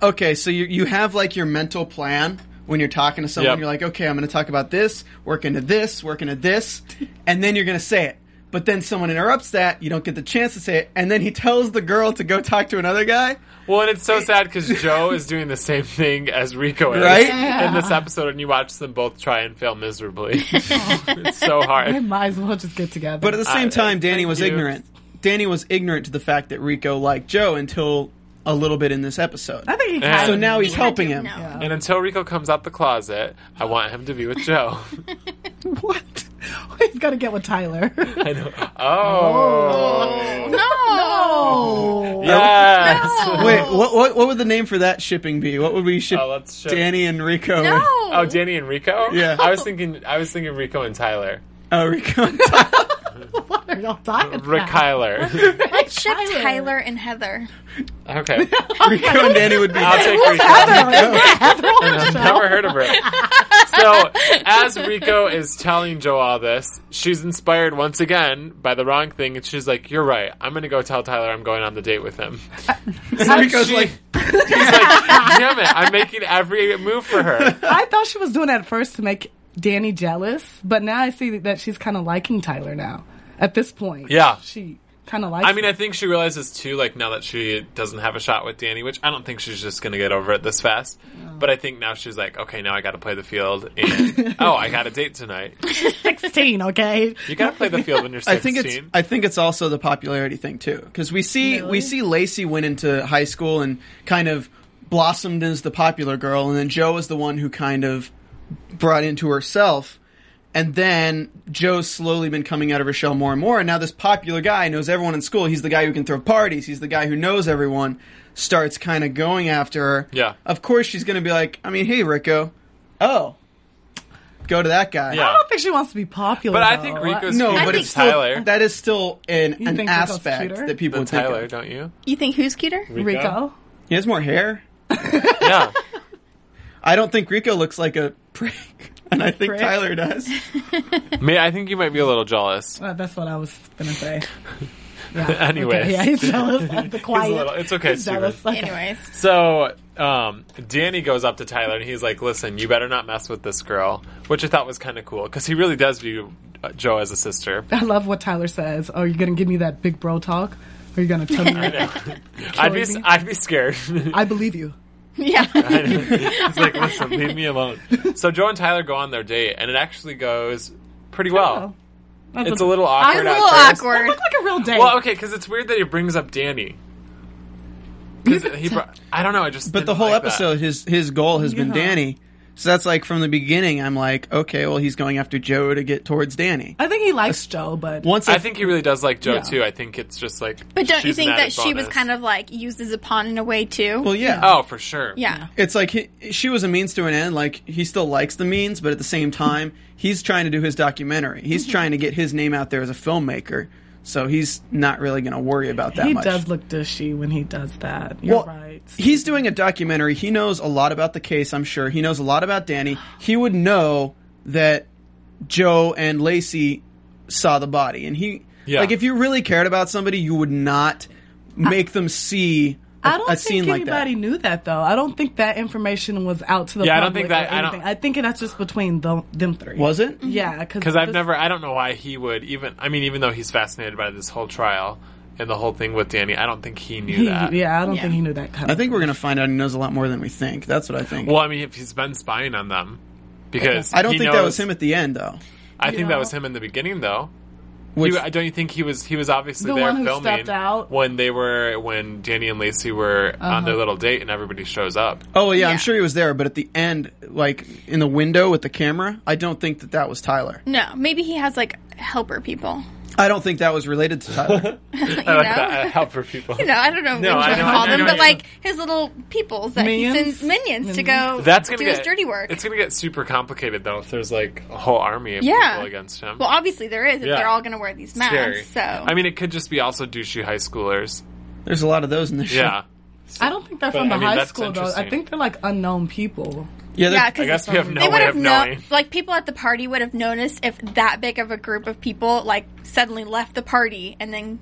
Speaker 5: okay, so you, you have like your mental plan when you're talking to someone.
Speaker 2: Yep.
Speaker 5: You're like, okay, I'm going to talk about this, work into this, work into this, and then you're going to say it. But then someone interrupts that, you don't get the chance to say it, and then he tells the girl to go talk to another guy,
Speaker 2: Well, and it's so sad because Joe is doing the same thing as Rico is
Speaker 5: Right?
Speaker 2: in this episode, and you watch them both try and fail miserably. it's so
Speaker 4: They
Speaker 2: hard.
Speaker 4: might as well just get together.
Speaker 5: But at the
Speaker 2: I-
Speaker 5: same time, Danny
Speaker 2: thank
Speaker 5: was
Speaker 2: you.
Speaker 5: ignorant. Danny was ignorant to the fact that Rico liked Joe until a little bit in this episode.
Speaker 4: I think he
Speaker 2: Yeah.
Speaker 4: kind
Speaker 5: So
Speaker 4: of-
Speaker 5: now he's helping
Speaker 3: I
Speaker 5: him.
Speaker 3: don't know.
Speaker 2: And until Rico comes out the closet, I want him to be with Joe.
Speaker 4: what? he's got to get with Tyler.
Speaker 2: I know. Oh,
Speaker 4: no.
Speaker 2: yes.
Speaker 5: Wait, what, what what would the name for that shipping be? What would we ship,
Speaker 2: Oh, let's ship-
Speaker 5: Danny and Rico?
Speaker 3: No.
Speaker 5: with?
Speaker 2: Oh, Danny and Rico.
Speaker 5: Yeah.
Speaker 2: I was thinking. I was thinking Rico and Tyler.
Speaker 5: Oh, Rico. and
Speaker 4: What are y'all talking
Speaker 2: Rick
Speaker 4: about?
Speaker 2: Kyler.
Speaker 3: Let's ship
Speaker 4: Tyler.
Speaker 3: Tyler and Heather.
Speaker 2: Okay,
Speaker 5: Rico and Danny would be.
Speaker 2: I'll take Rico. I've
Speaker 4: Heather.
Speaker 2: never heard of her. So, as Rico is telling Joe all this, she's inspired once again by the wrong thing, and she's like, "You're right. I'm gonna go tell Tyler I'm going on the date with him."
Speaker 5: Rico's
Speaker 2: She-
Speaker 5: like,
Speaker 2: He's like, "Damn it! I'm making every move for her."
Speaker 4: I thought she was doing that at first to make Danny jealous, but now I see that she's kind of liking Tyler now. At this point,
Speaker 2: Yeah.
Speaker 4: she kind of likes.
Speaker 2: I mean,
Speaker 4: him.
Speaker 2: I think she realizes too, like now that she doesn't have a shot with Danny, which I don't think she's just gonna get over it this fast. But I think now she's like, "Okay, now I got to play the field." And oh, I got a date tonight.
Speaker 4: sixteen. Okay,
Speaker 2: You got to play the field when you're
Speaker 5: I
Speaker 2: 16.
Speaker 5: think it's. I think it's also the popularity thing too, because we see we see Lacey went into high school and kind of blossomed as the popular girl, and then Joe was the one who kind of brought into herself. And then Joe's slowly been coming out of her shell more and more. And now this popular guy knows everyone in school. He's the guy who can throw parties. He's the guy who knows everyone. Starts kind of going after her.
Speaker 2: Yeah.
Speaker 5: Of course, she's going to be like, I mean, hey, Rico. Oh, go to that guy.
Speaker 2: Yeah.
Speaker 4: I don't think she wants to be popular.
Speaker 2: But I
Speaker 4: though.
Speaker 2: think Rico's
Speaker 5: No,
Speaker 2: cute
Speaker 3: but
Speaker 2: than
Speaker 3: it's still-
Speaker 2: Tyler.
Speaker 5: That is still an,
Speaker 4: You
Speaker 5: an
Speaker 4: think Rico's
Speaker 5: aspect
Speaker 4: cuter?
Speaker 5: that people
Speaker 2: Than
Speaker 5: would take.
Speaker 2: Tyler,
Speaker 5: of.
Speaker 2: don't you?
Speaker 3: You think who's cuter?
Speaker 4: Rico.
Speaker 5: He has more hair.
Speaker 2: Yeah.
Speaker 5: I don't think Rico looks like a prick, and I think
Speaker 4: Prick?
Speaker 5: Tyler does.
Speaker 2: May I think you might be a little jealous.
Speaker 4: Uh, that's what I was gonna say.
Speaker 2: Anyways.
Speaker 4: Okay, yeah, he's jealous. Like, the quiet.
Speaker 2: little- it's okay,
Speaker 4: He's jealous.
Speaker 2: Steven.
Speaker 4: Okay.
Speaker 3: Anyways,
Speaker 2: So, um, Danny goes up to Tyler and he's like, "Listen, you better not mess with this girl," which I thought was kind of cool because he really does view uh, Joe as a sister.
Speaker 4: I love what Tyler says. Oh, you're gonna give me that big bro talk? Or you're gonna tell me?
Speaker 2: I'd be,
Speaker 4: me.
Speaker 2: I'd be scared.
Speaker 4: I believe you.
Speaker 3: yeah.
Speaker 2: It's like, "Listen, leave me alone." So Joe and Tyler go on their date, and it actually goes pretty well.
Speaker 4: Oh, That's
Speaker 2: Oh. It's a little
Speaker 3: I'm a
Speaker 2: awkward.
Speaker 3: little
Speaker 2: at first.
Speaker 3: awkward.
Speaker 4: Look like a real date.
Speaker 2: Well, okay, because it's weird that he brings up Danny. 'Cause he brought, I don't know. I just
Speaker 5: But the
Speaker 2: didn't
Speaker 5: whole
Speaker 2: like that.
Speaker 5: episode, his his goal has been
Speaker 4: Yeah.
Speaker 5: Danny. So that's like from the beginning. I'm like, okay, well, he's going after Joe to get towards Danny.
Speaker 4: I think he likes Joe, but
Speaker 5: Once
Speaker 2: I
Speaker 5: it-
Speaker 2: think he really does like Joe
Speaker 4: Yeah.
Speaker 2: too. I think it's just like.
Speaker 3: But don't you
Speaker 2: she's an
Speaker 3: think that
Speaker 2: added
Speaker 3: she was
Speaker 2: bonus.
Speaker 3: kind of like used as a pawn in a way too?
Speaker 5: well, yeah,
Speaker 2: Oh, for sure.
Speaker 3: yeah.
Speaker 5: it's like he, she was a means to an end. Like he still likes the means, but at the same time, he's trying to do his documentary. He's
Speaker 4: Mm-hmm.
Speaker 5: trying to get his name out there as a filmmaker. So he's not really going to worry about that
Speaker 4: he
Speaker 5: much.
Speaker 4: does look dishy when he does that. You're
Speaker 5: well,
Speaker 4: right.
Speaker 5: he's doing a documentary. He knows a lot about the case. I'm sure he knows a lot about Danny. He would know that Joe and Lacey saw the body, and he
Speaker 2: Yeah.
Speaker 5: like if you really cared about somebody, you would not make them see. a-
Speaker 4: I don't
Speaker 5: a
Speaker 4: think
Speaker 5: scene like
Speaker 4: anybody
Speaker 5: that.
Speaker 4: knew that though. I don't think that information was out to the
Speaker 2: Yeah, I don't
Speaker 4: public.
Speaker 2: think that-
Speaker 4: or
Speaker 2: I don't-
Speaker 4: anything. I think that's just between the, them three.
Speaker 5: Was it?
Speaker 4: Yeah, because
Speaker 2: Because I've never, I don't know why he would even. I mean, even though he's fascinated by this whole trial and the whole thing with Danny, I don't think he knew
Speaker 4: He,
Speaker 2: that.
Speaker 4: yeah, I don't
Speaker 3: Yeah.
Speaker 4: think he knew that. Kind
Speaker 5: I think we're gonna find out he knows a lot more than we think. That's what I think.
Speaker 2: Well, I mean, if he's been spying on them, because
Speaker 5: I don't
Speaker 2: he
Speaker 5: think that
Speaker 2: knows-
Speaker 5: was him at the end though.
Speaker 2: I think
Speaker 4: No.
Speaker 2: that was him in the beginning, though.
Speaker 5: Which
Speaker 2: He- I don't you think he was? He was obviously
Speaker 4: The
Speaker 2: there
Speaker 4: one who
Speaker 2: filming
Speaker 4: stepped out?
Speaker 2: when they were when Danny and Lacey were on their little date, and everybody shows up.
Speaker 5: oh yeah,
Speaker 3: Yeah.
Speaker 5: I'm sure he was there, but at the end, like in the window with the camera, I don't think that that was Tyler.
Speaker 3: No, maybe he has like helper people.
Speaker 5: I don't think that was related to Tyler.
Speaker 3: You
Speaker 2: I
Speaker 3: know?
Speaker 2: like that. I help for people.
Speaker 3: You know, I don't know what
Speaker 2: No, I
Speaker 3: you
Speaker 2: know-
Speaker 3: would
Speaker 2: I
Speaker 3: call them,
Speaker 2: know
Speaker 3: but
Speaker 2: you-
Speaker 3: like his little peoples that he
Speaker 4: Minions?
Speaker 3: sends minions to go
Speaker 2: That's gonna
Speaker 3: do
Speaker 2: get
Speaker 3: his dirty work.
Speaker 2: It's gonna get super complicated though. If there's like a whole army of
Speaker 3: Yeah.
Speaker 2: people against him,
Speaker 3: well, obviously there is if
Speaker 2: Yeah.
Speaker 3: they're all going to wear these masks.
Speaker 2: scary.
Speaker 3: So
Speaker 2: I mean, it could just be also douchey high schoolers.
Speaker 5: There's a lot of those in this
Speaker 2: Yeah.
Speaker 4: I don't think they're
Speaker 2: But,
Speaker 4: from the
Speaker 2: I mean,
Speaker 4: high
Speaker 2: that's
Speaker 4: school though. I
Speaker 2: interesting.
Speaker 4: think they're like unknown people.
Speaker 5: show. Yeah, they're-
Speaker 3: yeah, because
Speaker 2: I guess we have no
Speaker 3: they would
Speaker 2: way
Speaker 3: have
Speaker 2: of knowing.
Speaker 3: known. Like people at the party would have noticed if that big of a group of people like suddenly left the party and then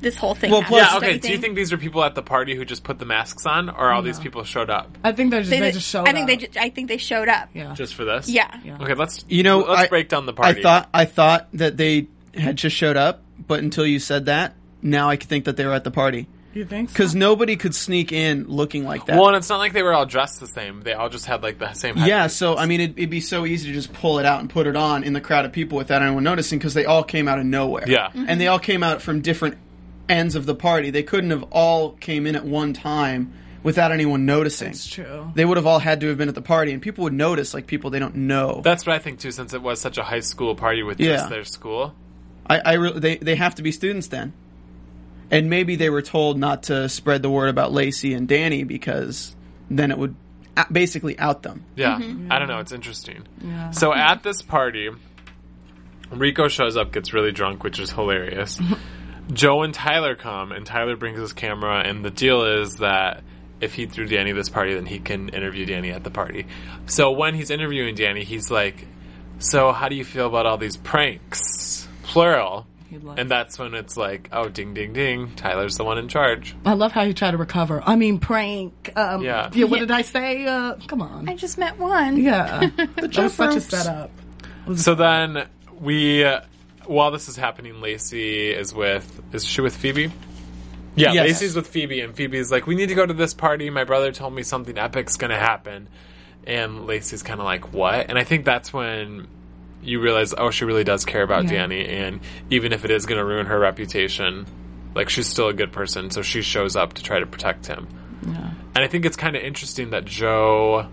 Speaker 3: this whole thing.
Speaker 5: Well,
Speaker 3: happened,
Speaker 5: plus-
Speaker 2: Yeah,
Speaker 3: don't
Speaker 2: okay. Do you think these are people at the party who just put the masks on, or all these people showed up
Speaker 4: I think they're just they,
Speaker 3: did-
Speaker 4: just showed.
Speaker 3: I think
Speaker 4: up.
Speaker 3: they. Ju- I think they showed up.
Speaker 4: yeah.
Speaker 2: just for this?
Speaker 3: Yeah. Yeah.
Speaker 2: Okay, let's
Speaker 5: You know,
Speaker 2: let's
Speaker 5: I,
Speaker 2: break down the party.
Speaker 5: I thought I thought that they had just showed up, but until you said that, now I think that they were at the party
Speaker 4: you think?
Speaker 5: because
Speaker 4: Because
Speaker 5: nobody could sneak in looking like that.
Speaker 2: Well, and it's not like they were all dressed the same. They all just had like the same.
Speaker 5: yeah, so I mean, it'd, it'd be so easy to just pull it out and put it on in the crowd of people without anyone noticing because they all came out of nowhere.
Speaker 2: Yeah.
Speaker 5: and they all came out from different ends of the party. They couldn't have all came in at one time without anyone noticing.
Speaker 4: it's true.
Speaker 5: They would have all had to have been at the party, and people would notice like people they don't know.
Speaker 2: That's what I think too, since it was such a high school party with
Speaker 5: Yeah.
Speaker 2: just their school.
Speaker 5: I, I re- they they have to be students then, and maybe they were told not to spread the word about Lacey and Danny because then it would a- basically out them.
Speaker 2: Yeah. I don't know. It's interesting. So at this party, Rico shows up, gets really drunk, which is hilarious. Joe and Tyler come, and Tyler brings his camera, and the deal is that if he threw Danny this party, then he can interview Danny at the party. So when he's interviewing Danny, he's like, So how do you feel about all these pranks? Plural.
Speaker 4: loves-
Speaker 2: And that's when it's like, oh, ding, ding, ding. Tyler's the one in charge.
Speaker 4: I love how you try to recover. I mean, prank. Um,
Speaker 2: Yeah.
Speaker 4: yeah. What did I say? Uh, come on.
Speaker 3: I just met one.
Speaker 4: yeah. that was such a
Speaker 5: ropes.
Speaker 4: setup.
Speaker 2: So then we, uh, while this is happening, Lacey is with, is she with Phoebe? Yeah,
Speaker 5: Yes.
Speaker 2: Lacey's with Phoebe, and Phoebe's like, we need to go to this party. My brother told me something epic's going to happen. And Lacey's kind of like, what? And I think that's when you realize, oh, she really does care about
Speaker 4: Yeah.
Speaker 2: Danny. And even if it is going to ruin her reputation, like, she's still a good person. So she shows up to try to protect him. And I think it's kind of interesting that Joe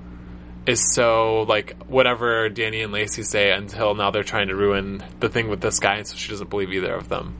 Speaker 2: is so like whatever Danny and Lacey say until now they're trying to ruin the thing with this guy, so she doesn't believe either of them.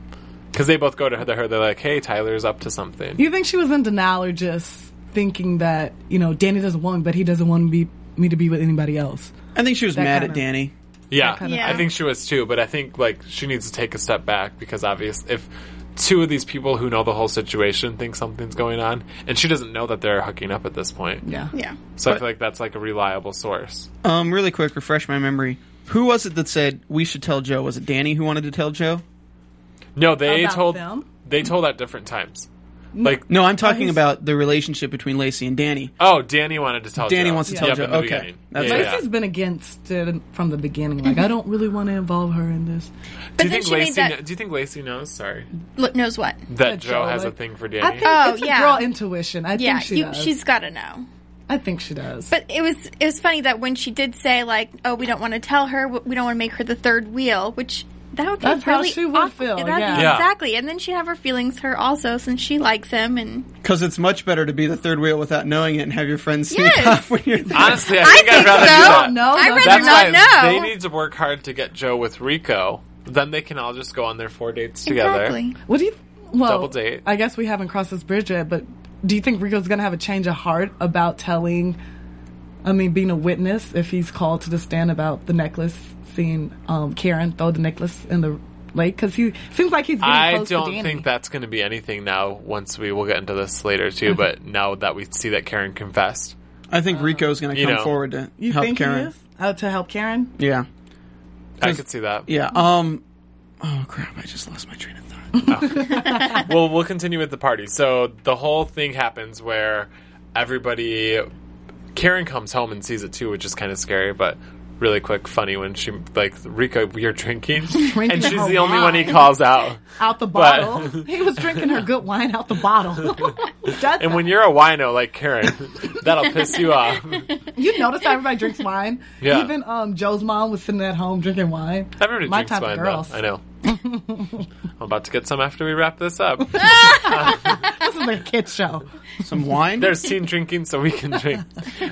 Speaker 2: Because they both go to her, they're they're like, "Hey, Tyler's up to something."
Speaker 4: You think she was in denial or just thinking that you know Danny doesn't want, but he doesn't want me me to be with anybody else?
Speaker 5: I think she was mad at
Speaker 4: kinda-
Speaker 5: Danny.
Speaker 2: Yeah,
Speaker 4: kind
Speaker 3: of
Speaker 2: I
Speaker 3: thing.
Speaker 2: think she was too, but I think like she needs to take a step back because obvious if two of these people who know the whole situation think something's going on, and she doesn't know that they're hooking up at this point.
Speaker 4: Yeah.
Speaker 3: Yeah.
Speaker 2: So I feel like that's like a reliable source.
Speaker 5: Um, really quick, refresh my memory. Who was it that said we should tell Joe? Was it Danny who wanted to tell Joe?
Speaker 2: No, they
Speaker 4: About
Speaker 2: told
Speaker 4: them?
Speaker 2: they told at different times. Like
Speaker 5: No, I'm talking
Speaker 4: Oh, he's-
Speaker 5: about the relationship between Lacey and Danny.
Speaker 2: oh, Danny wanted to tell.
Speaker 5: Danny
Speaker 2: Joe.
Speaker 5: wants to tell
Speaker 2: Yep,
Speaker 5: Joe.
Speaker 2: in the
Speaker 5: Okay.
Speaker 2: beginning.
Speaker 5: That's
Speaker 2: yeah,
Speaker 5: right.
Speaker 2: yeah.
Speaker 4: Lacey's been against it from the beginning. Like, I don't really want to involve her in this.
Speaker 3: But
Speaker 2: Do you
Speaker 3: then
Speaker 2: think
Speaker 3: she made
Speaker 2: Lacey?
Speaker 3: that
Speaker 2: kn- Do you think Lacey knows? Sorry,
Speaker 3: look, knows what.
Speaker 2: that
Speaker 4: That
Speaker 2: Joe
Speaker 4: Joe,
Speaker 2: has a
Speaker 4: like-
Speaker 2: thing for
Speaker 4: I
Speaker 2: Danny.
Speaker 4: think
Speaker 3: Oh,
Speaker 4: it's a
Speaker 3: yeah.
Speaker 4: girl intuition. I
Speaker 3: Yeah,
Speaker 4: think she
Speaker 3: you-
Speaker 4: does.
Speaker 3: she's got to know.
Speaker 4: I think she does.
Speaker 3: But it was it was funny that when she did say like, "Oh, we don't want to tell her. We don't want to make her the third wheel," which that would be
Speaker 4: That's how
Speaker 3: really
Speaker 4: she would
Speaker 3: awful.
Speaker 4: feel,
Speaker 3: That'd
Speaker 4: yeah.
Speaker 3: be
Speaker 2: Yeah.
Speaker 3: exactly. And then she'd have her feelings hurt also, since she likes him. And
Speaker 5: Because it's much better to be the third wheel without knowing it and have your friends sneak
Speaker 3: Yes.
Speaker 5: off when you're there.
Speaker 2: Honestly, I think I'd
Speaker 3: think
Speaker 2: rather
Speaker 3: so.
Speaker 2: do that.
Speaker 4: No,
Speaker 3: I'd
Speaker 4: no,
Speaker 3: rather
Speaker 2: That's
Speaker 3: not
Speaker 2: why
Speaker 3: know.
Speaker 2: they need to work hard to get Joe with Rico. Then they can all just go on their four dates together.
Speaker 3: Exactly.
Speaker 4: What do you? Well,
Speaker 2: Double date.
Speaker 4: I guess we haven't crossed this bridge yet, but do you think Rico's going to have a change of heart about telling? I mean, being a witness if he's called to the stand about the necklace, seeing um, Karen throw the necklace in the lake because he seems like he's getting
Speaker 2: I
Speaker 4: close to
Speaker 2: don't
Speaker 4: Danny.
Speaker 2: think that's going to be anything now. Once we will get into this later too, but now that we see that Karen confessed,
Speaker 5: I think Rico's going to
Speaker 2: You
Speaker 5: come
Speaker 2: know.
Speaker 5: forward to
Speaker 4: you
Speaker 5: help
Speaker 4: think
Speaker 5: Karen.
Speaker 4: he is uh, to help Karen.
Speaker 5: Yeah,
Speaker 2: I could see that.
Speaker 5: yeah. Um, oh crap! I just lost my train of thought.
Speaker 2: well, we'll continue with the party. So the whole thing happens where everybody, Karen comes home and sees it too, which is kind of scary, but really quick, funny when she like Rika, we are drinking, and she's
Speaker 4: her
Speaker 2: the only one he
Speaker 4: wine.
Speaker 2: calls out.
Speaker 4: Out the
Speaker 2: But-
Speaker 4: bottle, he was drinking her good wine out the bottle. That's-
Speaker 2: And when you're a wino like Karen, that'll piss you off.
Speaker 4: you notice how everybody drinks wine.
Speaker 2: Yeah.
Speaker 4: Even um, Joe's mom was sitting at home drinking wine.
Speaker 2: Everybody
Speaker 4: My
Speaker 2: drinks
Speaker 4: type of
Speaker 2: wine,
Speaker 4: girls.
Speaker 2: though. I know. I'm about to get some after we wrap this up.
Speaker 4: This is a kid show.
Speaker 5: Some wine.
Speaker 2: there's teen drinking, so we can drink.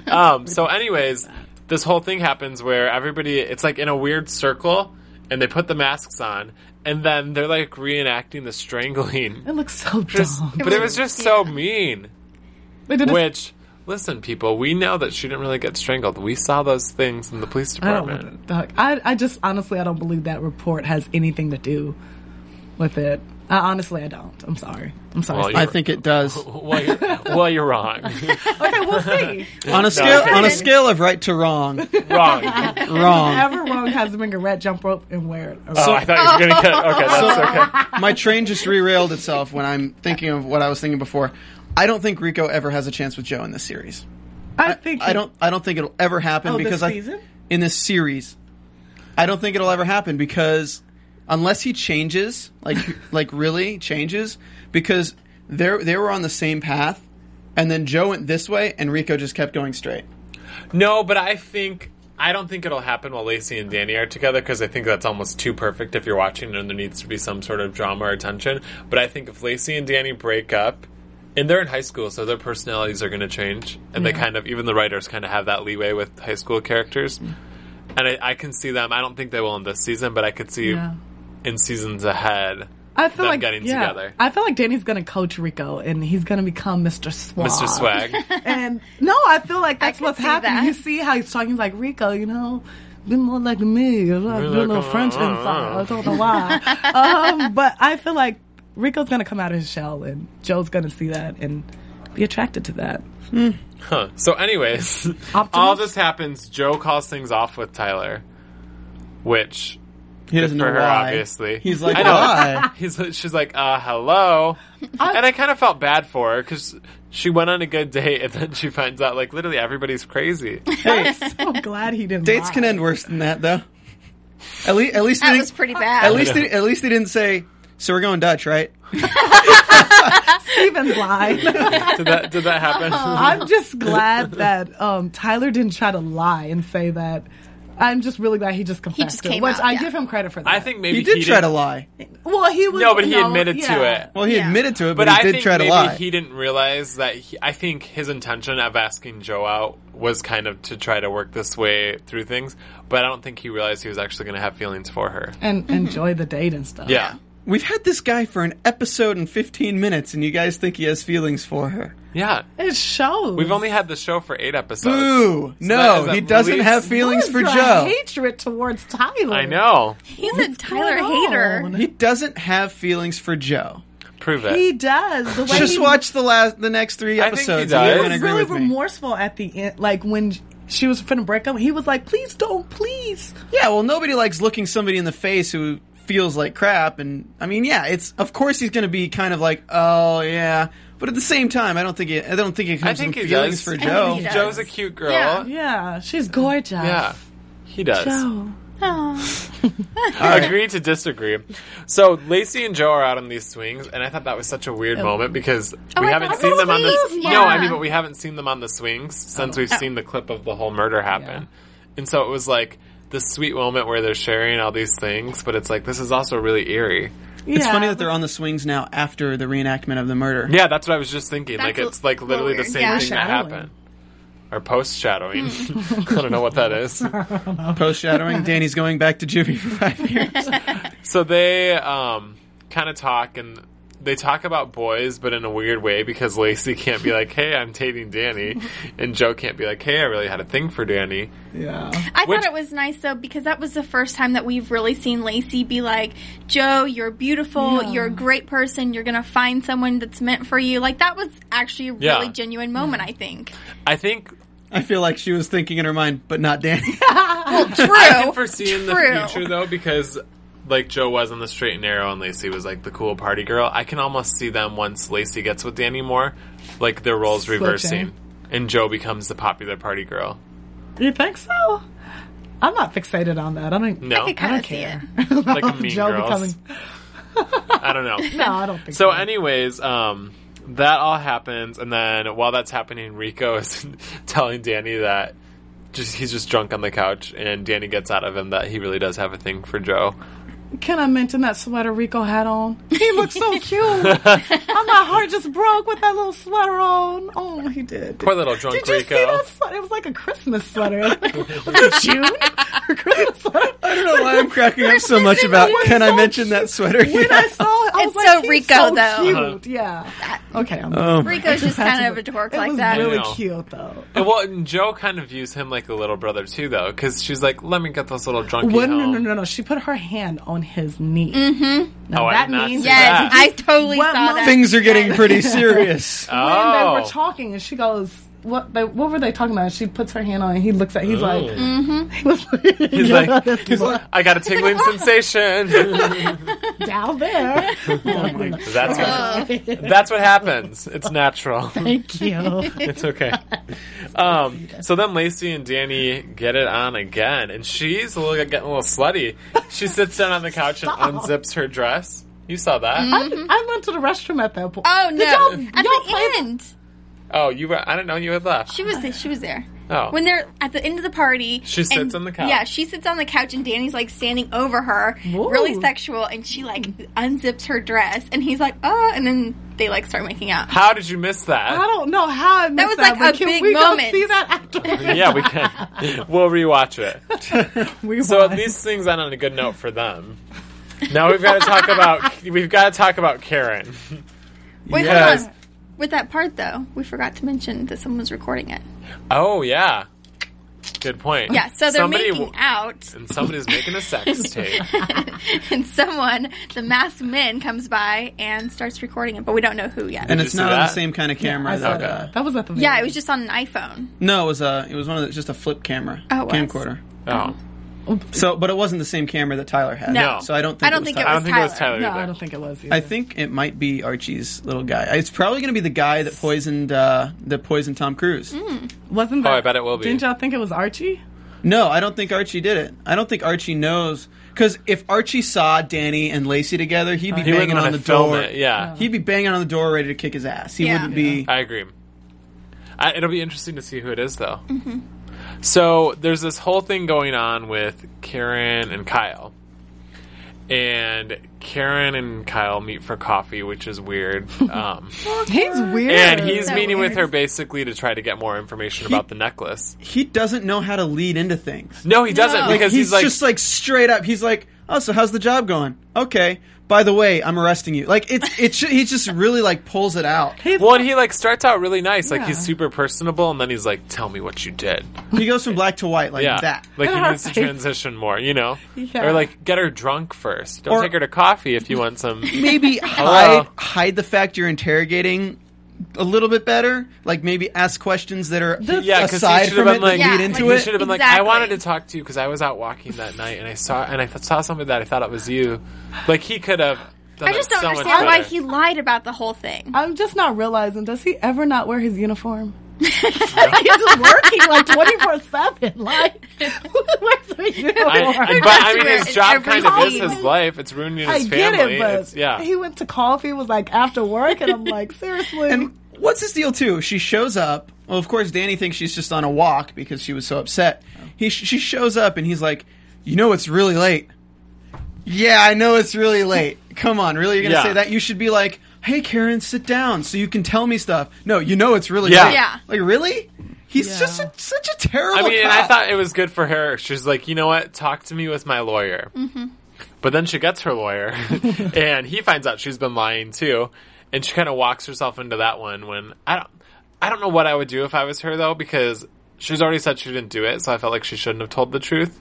Speaker 2: Um, so, anyways, this whole thing happens where everybody, it's like in a weird circle, and they put the masks on, and then they're like reenacting the strangling.
Speaker 4: It looks so
Speaker 2: Just-
Speaker 4: dumb.
Speaker 2: but it was just so mean.
Speaker 4: They did a
Speaker 2: Which, listen, people, we know that she didn't really get strangled. We saw those things in the police
Speaker 4: I don't
Speaker 2: department.
Speaker 4: want to. I, I just honestly, I don't believe that report has anything to do with it. I, honestly, I don't. I'm sorry. I'm
Speaker 2: Well,
Speaker 4: sorry.
Speaker 2: you-
Speaker 5: I think it does.
Speaker 2: Well, you're, well, you're wrong.
Speaker 4: okay, we'll see.
Speaker 5: on a scale
Speaker 2: okay.
Speaker 5: on a scale of right to wrong,
Speaker 2: wrong.
Speaker 5: wrong.
Speaker 4: Ever wrong has to bring a red jump rope and wear it. around.
Speaker 2: Oh, I thought you were going to get. Okay, that's okay.
Speaker 5: My train just derailed itself when I'm thinking of what I was thinking before. I don't think Rico ever has a chance with Joe in this series.
Speaker 4: I think
Speaker 5: I don't. I don't think it'll ever happen
Speaker 4: Oh, this
Speaker 5: because
Speaker 4: season?
Speaker 5: I in this series, I don't think it'll ever happen because unless he changes, like like really changes, because they are they were on the same path, and then Joe went this way, and Rico just kept going straight.
Speaker 2: No, but I think I don't think it'll happen while Lacey and Danny are together because I think that's almost too perfect if you're watching and there needs to be some sort of drama or tension. But I think if Lacey and Danny break up, and they're in high school, so their personalities are going to change, and they kind of even the writers kind of have that leeway with high school characters.
Speaker 4: Mm.
Speaker 2: And I, I can see them. I don't think they will in this season, but I could see
Speaker 4: Yeah.
Speaker 2: in seasons ahead.
Speaker 4: I feel
Speaker 2: them
Speaker 4: like
Speaker 2: getting
Speaker 4: yeah,
Speaker 2: together.
Speaker 4: I feel like Danny's gonna coach Rico and he's gonna become Mr. Swag.
Speaker 2: Mr. Swag.
Speaker 4: And no, I feel like that's
Speaker 3: could
Speaker 4: what's
Speaker 3: see
Speaker 4: happening.
Speaker 3: that.
Speaker 4: You see how he's talking he's like Rico, you know, be more like me. You're like a
Speaker 2: like,
Speaker 4: little
Speaker 2: uh,
Speaker 4: French
Speaker 2: uh,
Speaker 4: inside. I don't know why. um, but I feel like Rico's gonna come out of his shell, and Joe's gonna see that and be attracted to that.
Speaker 2: Huh. So, anyways,
Speaker 4: Optimus?
Speaker 2: all this happens. Joe calls things off with Tyler, which
Speaker 5: He doesn't
Speaker 2: for
Speaker 5: know
Speaker 2: her,
Speaker 5: why.
Speaker 2: obviously.
Speaker 5: He's like,
Speaker 2: I know.
Speaker 5: why?
Speaker 2: He's she's like, uh, hello, and I kind of felt bad for her because she went on a good date and then she finds out like literally everybody's crazy.
Speaker 5: Hey,
Speaker 4: I'm glad he didn't.
Speaker 5: dates
Speaker 4: lie.
Speaker 5: can end worse than that, though. At least, at least,
Speaker 3: That
Speaker 5: they-
Speaker 3: was pretty bad.
Speaker 5: At least, they, at least they didn't say. So we're going Dutch, right?
Speaker 4: Steven's lie.
Speaker 2: Did that did that happen?
Speaker 4: Oh, I'm just glad that um, Tyler didn't try to lie and say that. I'm just really glad he just confessed
Speaker 3: just
Speaker 4: it,
Speaker 3: came
Speaker 4: which
Speaker 3: out,
Speaker 4: I
Speaker 3: yeah.
Speaker 4: give him credit for that.
Speaker 2: I think maybe
Speaker 5: He did try
Speaker 2: didn't-
Speaker 5: to lie.
Speaker 4: Well, he was
Speaker 2: No, but he
Speaker 4: no,
Speaker 2: admitted to
Speaker 4: yeah.
Speaker 2: it.
Speaker 5: Well, he
Speaker 3: Yeah.
Speaker 5: admitted to it, but,
Speaker 2: But I
Speaker 5: he did
Speaker 2: think
Speaker 5: try to
Speaker 2: maybe
Speaker 5: lie.
Speaker 2: he didn't realize that. He, I think his intention of asking Joe out was kind of to try to work this way through things, but I don't think he realized he was actually going to have feelings for her.
Speaker 4: and enjoy the date and stuff.
Speaker 2: Yeah.
Speaker 5: We've had this guy for an episode and 15 minutes, and you guys think he has feelings for her.
Speaker 2: Yeah.
Speaker 4: It shows.
Speaker 2: We've only had the show for eight episodes.
Speaker 5: Boo!
Speaker 2: So that
Speaker 5: No,
Speaker 2: is at
Speaker 5: he doesn't
Speaker 2: least-
Speaker 5: have feelings
Speaker 4: What is
Speaker 5: for
Speaker 4: the
Speaker 5: Joe.
Speaker 4: Hatred towards Tyler.
Speaker 2: I know.
Speaker 3: He's a
Speaker 4: What's
Speaker 3: Tyler
Speaker 4: going
Speaker 3: hater.
Speaker 4: on?
Speaker 5: He doesn't have feelings for Joe.
Speaker 2: Prove it.
Speaker 4: He does. The way
Speaker 5: Just
Speaker 4: he,
Speaker 5: watch the last, the next three
Speaker 2: I think he
Speaker 5: episodes.
Speaker 2: does.
Speaker 4: He was
Speaker 5: and you're gonna agree
Speaker 4: really
Speaker 5: with me.
Speaker 4: remorseful at the end. Like when she was finna break up, he was like, "Please don't, please."
Speaker 5: Yeah, well, nobody likes looking somebody in the face who feels like crap. And I mean, yeah, it's of course he's going to be kind of like, oh yeah, but at the same time, I don't think it. I don't think it
Speaker 2: I
Speaker 5: comes
Speaker 2: think
Speaker 5: from
Speaker 2: he
Speaker 5: feelings
Speaker 2: does.
Speaker 5: for
Speaker 2: I
Speaker 3: think
Speaker 5: Joe.
Speaker 3: he does.
Speaker 2: Joe's a cute girl.
Speaker 3: Yeah.
Speaker 4: Yeah, she's gorgeous.
Speaker 2: Yeah, he does.
Speaker 4: Joe.
Speaker 3: Oh.
Speaker 2: Agree to disagree. So Lacey and Joe are out on these swings, and I thought that was such a weird moment because we
Speaker 3: I
Speaker 2: haven't
Speaker 3: thought
Speaker 2: seen
Speaker 3: that
Speaker 2: them on
Speaker 3: was
Speaker 2: the.
Speaker 3: Lacey.
Speaker 2: No, I
Speaker 3: Yeah.
Speaker 2: mean, but we haven't seen them on the swings since
Speaker 3: Oh.
Speaker 2: we've seen the clip of the whole murder happen, and so it was like this sweet moment where they're sharing all these things, but it's like this is also really eerie.
Speaker 5: It's
Speaker 4: Yeah.
Speaker 5: funny that they're on the swings now after the reenactment of the murder.
Speaker 2: Yeah, that's what I was just thinking.
Speaker 3: That's
Speaker 2: like
Speaker 3: a
Speaker 2: it's like
Speaker 3: little
Speaker 2: literally the
Speaker 3: weird.
Speaker 2: same
Speaker 3: Yeah.
Speaker 2: thing
Speaker 4: Shadowing.
Speaker 2: that happened. Or post shadowing. I don't know what that is.
Speaker 5: Post shadowing, Danny's going back to juvie for five years.
Speaker 2: So they um, kind of talk and they talk about boys, but in a weird way because Lacey can't be like, "Hey, I'm dating Danny," and Joe can't be like, "Hey, I really had a thing for Danny."
Speaker 4: Yeah.
Speaker 3: I
Speaker 2: Which-
Speaker 3: thought it was nice though because that was the first time that we've really seen Lacey be like, "Joe, you're beautiful.
Speaker 4: Yeah.
Speaker 3: You're a great person. You're gonna find someone that's meant for you." Like that was actually a
Speaker 2: Yeah.
Speaker 3: really genuine moment. I think.
Speaker 2: I think
Speaker 5: I feel like she was thinking in her mind, but not Danny.
Speaker 3: True.
Speaker 2: I'm foreseeing
Speaker 3: True.
Speaker 2: the future though because. Like Joe was on the straight and narrow, and Lacey was like the cool party girl. I can almost see them once Lacey gets with Danny more, like their roles
Speaker 4: Switching.
Speaker 2: reversing, and Joe becomes the popular party girl.
Speaker 4: You think so? I'm not fixated on that. I don't.
Speaker 2: No,
Speaker 3: I could
Speaker 4: I
Speaker 3: kind
Speaker 4: don't
Speaker 3: of see it.
Speaker 4: care.
Speaker 2: like a mean
Speaker 4: Joe
Speaker 2: girls.
Speaker 4: becoming.
Speaker 2: I don't know.
Speaker 4: No, I don't think so.
Speaker 2: So, anyways, um, that all happens, and then while that's happening, Rico is telling Danny that just he's just drunk on the couch, and Danny gets out of him that he really does have a thing for Joe.
Speaker 4: Can I mention that sweater Rico had on? He looks so cute. oh, my heart just broke with that little sweater on. Oh, he did.
Speaker 2: Poor little drunk
Speaker 4: Did you
Speaker 2: Rico.
Speaker 4: see that sweater? It was like a Christmas sweater. was it June? Christmas sweater.
Speaker 5: I don't know why I'm cracking up so much about.
Speaker 4: It was
Speaker 5: Can I
Speaker 4: so
Speaker 5: mention that sweater?
Speaker 4: When I saw it, I
Speaker 3: It's
Speaker 4: was
Speaker 3: so
Speaker 4: like, he's
Speaker 3: Rico,
Speaker 4: so
Speaker 3: though.
Speaker 2: Uh-huh.
Speaker 3: Uh,
Speaker 4: Cute. Yeah. Okay. I'm
Speaker 5: Oh, my-
Speaker 3: Rico's just
Speaker 4: had
Speaker 3: kind
Speaker 4: to
Speaker 3: of a
Speaker 4: look.
Speaker 3: dork
Speaker 4: it
Speaker 3: like
Speaker 4: was
Speaker 3: that.
Speaker 4: really
Speaker 2: I know.
Speaker 4: cute though.
Speaker 2: And well, and Joe kind of views him like a little brother too, though, because she's like, "Let me get this little drunkie
Speaker 4: Well, no,
Speaker 2: home."
Speaker 4: no, no, no. She put her hand on his knee. Mm-hmm. Now
Speaker 2: Oh, I
Speaker 4: that
Speaker 2: did not
Speaker 4: means
Speaker 2: see
Speaker 3: Yes,
Speaker 2: Yeah.
Speaker 3: I totally
Speaker 4: What
Speaker 3: saw
Speaker 4: month-
Speaker 3: that.
Speaker 5: Things are getting pretty serious.
Speaker 4: when they
Speaker 2: Oh.
Speaker 4: were talking, and she goes, "What? They, what were they talking about?" And she puts her hand on, it, and he looks at. He's like,
Speaker 3: Mm-hmm.
Speaker 4: he was like,
Speaker 2: He's
Speaker 4: "Yeah,
Speaker 2: like,
Speaker 4: this
Speaker 2: he's
Speaker 4: is
Speaker 2: like, I got a tingling sensation.
Speaker 4: down there."
Speaker 2: that's
Speaker 4: Uh.
Speaker 2: what, that's what happens. It's natural.
Speaker 4: Thank you.
Speaker 2: It's okay. Um, so then Lacey and Danny get it on again, and she's a little getting a little slutty. She sits down on the couch and unzips her dress. You saw that?
Speaker 3: Mm-hmm.
Speaker 4: I, I went to the restroom at that point.
Speaker 3: Oh no!
Speaker 4: Did y'all,
Speaker 3: at
Speaker 4: y'all
Speaker 3: the
Speaker 4: play
Speaker 3: end,
Speaker 2: Oh, you were. I didn't know you had left.
Speaker 3: she was there, she was there.
Speaker 4: Uh,
Speaker 2: Oh,
Speaker 3: When they're at the end of the party,
Speaker 2: She sits on the couch.
Speaker 3: Yeah, she sits on the couch, and Danny's like standing over her,
Speaker 4: Ooh.
Speaker 3: really sexual, and she like unzips her dress, and he's like, "Oh," and then they like start making out.
Speaker 2: how did you miss that?
Speaker 4: I don't know how I missed
Speaker 3: was like
Speaker 4: but
Speaker 3: a
Speaker 4: can
Speaker 3: big
Speaker 4: we go
Speaker 3: moment.
Speaker 4: see that after
Speaker 2: yeah, we can. We'll rewatch it.
Speaker 4: we
Speaker 2: So at
Speaker 4: won.
Speaker 2: least things end on a good note for them. Now we've got to talk about we've got to talk about Karen.
Speaker 3: Wait,
Speaker 5: Yes.
Speaker 3: hold on. With that part though, we forgot to mention that someone was recording it.
Speaker 2: Oh yeah, good point.
Speaker 3: Yeah, so they're
Speaker 2: Somebody
Speaker 3: making
Speaker 2: w-
Speaker 3: out,
Speaker 2: and somebody's making a sex tape.
Speaker 3: and someone, the masked man, comes by and starts recording it, but we don't know who yet.
Speaker 5: And
Speaker 2: Did
Speaker 5: it's
Speaker 2: you see
Speaker 5: not on the
Speaker 2: that?
Speaker 5: same kind of camera.
Speaker 4: I saw
Speaker 5: that, uh,
Speaker 4: that. That was at the
Speaker 3: yeah,
Speaker 4: very
Speaker 3: it was just on an iPhone.
Speaker 5: No, it was a it was one of the, just a flip camera
Speaker 3: Oh, it was.
Speaker 5: camcorder.
Speaker 2: Oh,
Speaker 5: So, but it wasn't the same camera that Tyler had.
Speaker 3: No.
Speaker 5: So I don't think
Speaker 3: I don't
Speaker 5: it was
Speaker 3: think
Speaker 5: Tyler.
Speaker 2: I don't think it was
Speaker 3: Tyler.
Speaker 2: Tyler.
Speaker 4: No,
Speaker 2: either.
Speaker 4: I don't think it was. Either.
Speaker 5: I think it might be Archie's little guy. It's probably going to be the guy that poisoned uh, that poisoned Tom Cruise.
Speaker 3: Hmm.
Speaker 4: Wasn't that?
Speaker 2: Oh, I bet it will be.
Speaker 4: Didn't y'all think it was Archie?
Speaker 5: No, I don't think Archie did it. I don't think Archie knows because if Archie saw Danny and Lacey together, he'd be
Speaker 2: He wouldn't
Speaker 5: banging on
Speaker 2: wanna
Speaker 5: the
Speaker 2: film
Speaker 5: door.
Speaker 2: it, yeah.
Speaker 5: he'd be banging on the door ready to kick his ass. He
Speaker 3: Yeah.
Speaker 5: wouldn't be.
Speaker 2: I agree. I, it'll be interesting to see who it is, though. So there's this whole thing going on with Karen and Kyle, and Karen and Kyle meet for coffee, which is weird. Um,
Speaker 4: He's weird.
Speaker 2: and he's
Speaker 3: So
Speaker 2: meeting with
Speaker 3: weird.
Speaker 2: her basically to try to get more information about the necklace.
Speaker 5: He doesn't know how to lead into things.
Speaker 2: No, he doesn't
Speaker 3: No.
Speaker 2: because
Speaker 5: he's,
Speaker 2: he's, like,
Speaker 5: just like straight up. He's like, "Oh, so how's the job going? Okay, by the way, I'm arresting you. Like it's it should, he just really like pulls it out.
Speaker 4: He's
Speaker 2: Well, and he like starts out really nice, like
Speaker 4: Yeah.
Speaker 2: he's super personable, and then he's like, "Tell me what you did."
Speaker 5: He goes from black to white like
Speaker 2: yeah,
Speaker 5: that.
Speaker 2: like he
Speaker 4: All
Speaker 2: needs to
Speaker 4: right.
Speaker 2: transition more, you know,
Speaker 4: Yeah.
Speaker 2: or like get her drunk first. Don't
Speaker 5: Or-
Speaker 2: take her to coffee if you want some.
Speaker 5: Maybe
Speaker 2: Oh,
Speaker 5: hide hide the fact you're interrogating a little bit better. Like maybe ask questions that are
Speaker 4: This-
Speaker 2: Yeah, because he
Speaker 5: aside
Speaker 2: should have
Speaker 5: from
Speaker 2: been
Speaker 5: it
Speaker 2: like,
Speaker 5: that lead
Speaker 3: Yeah,
Speaker 5: into
Speaker 2: he
Speaker 3: like-
Speaker 5: it.
Speaker 2: should have been like, I
Speaker 3: Exactly.
Speaker 2: wanted to talk to you because I was out walking that night and I saw and I th- saw something that I thought it was you. Like he could have. Done
Speaker 3: I just
Speaker 2: it
Speaker 3: don't
Speaker 2: so much
Speaker 3: understand why
Speaker 2: better.
Speaker 3: he lied about the whole thing.
Speaker 4: I'm just not realizing. Does he ever not wear his uniform? He's just working like 24 seven. Like who wears a uniform?
Speaker 2: I, I- but I mean,
Speaker 3: Everywhere,
Speaker 2: his job
Speaker 3: every
Speaker 2: kind of is
Speaker 3: scene.
Speaker 2: his life. It's ruining
Speaker 4: I
Speaker 2: his family.
Speaker 4: get it, but
Speaker 2: It's- yeah,
Speaker 4: he went to coffee. Was like after work, and I'm like, seriously.
Speaker 5: And what's his deal too? She shows up. Well, of course, Danny thinks she's just on a walk because she was so upset.
Speaker 2: Oh.
Speaker 5: He sh- she shows up and he's like, "You know, it's really late." Yeah, I know it's really late. Come on, really? You're gonna
Speaker 2: Yeah.
Speaker 5: say that? You should be like, "Hey, Karen, sit down so you can tell me stuff." No, you know it's really
Speaker 2: Yeah.
Speaker 5: late.
Speaker 3: Yeah.
Speaker 5: Like really? He's
Speaker 4: Yeah.
Speaker 5: just a, such a terrible.
Speaker 2: I
Speaker 4: Oh,
Speaker 2: mean, and I
Speaker 5: cop.
Speaker 2: thought it was good for her. She's like, you know what? Talk to me with my lawyer.
Speaker 4: Mm-hmm.
Speaker 2: But then she gets her lawyer, and he finds out she's been lying too, and she kind of walks herself into that one. When I don't, I don't know what I would do if I was her though, because she's already said she didn't do it, so I felt like she shouldn't have told the truth.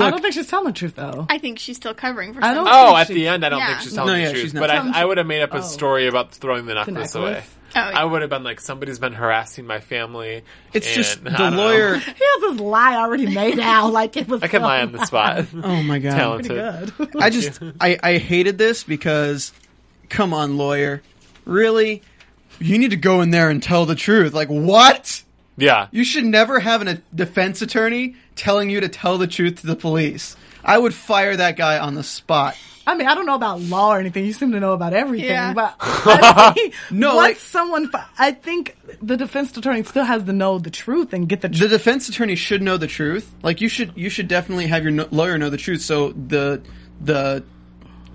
Speaker 4: I don't think she's telling the truth though.
Speaker 3: I think she's still covering for
Speaker 4: I don't-
Speaker 3: something.
Speaker 2: Oh,
Speaker 4: think
Speaker 2: at
Speaker 4: she-
Speaker 2: the end, I don't
Speaker 3: yeah.
Speaker 2: think she's telling
Speaker 5: No,
Speaker 2: the
Speaker 5: yeah,
Speaker 2: truth.
Speaker 5: she's not.
Speaker 2: But
Speaker 4: Telling-
Speaker 2: I, I would have made up a
Speaker 4: Oh.
Speaker 2: story about throwing the necklace, away.
Speaker 4: necklace?
Speaker 3: Oh, yeah.
Speaker 2: I would have been like, somebody's been harassing my family.
Speaker 5: it's
Speaker 2: and
Speaker 5: just
Speaker 2: I don't
Speaker 5: the
Speaker 2: know.
Speaker 5: lawyer.
Speaker 4: he has his lie already made out. Like it was.
Speaker 2: I can
Speaker 4: so
Speaker 2: lie on the spot.
Speaker 5: Oh my god.
Speaker 2: Talented.
Speaker 4: Good.
Speaker 5: I just I, I hated this because come on lawyer. Really? You need to go in there and tell the truth. Like what?
Speaker 2: Yeah.
Speaker 5: You should never have an, a defense attorney telling you to tell the truth to the police. I would fire that guy on the spot.
Speaker 4: I mean, I don't know about law or anything. You seem to know about everything,
Speaker 3: Yeah.
Speaker 4: but I think
Speaker 5: No,
Speaker 4: once
Speaker 5: like-
Speaker 4: someone, fi- I think the defense attorney still has to know the truth and get the
Speaker 5: The
Speaker 4: truth.
Speaker 5: defense attorney should know the truth. Like you should you should definitely have your no- lawyer know the truth so the the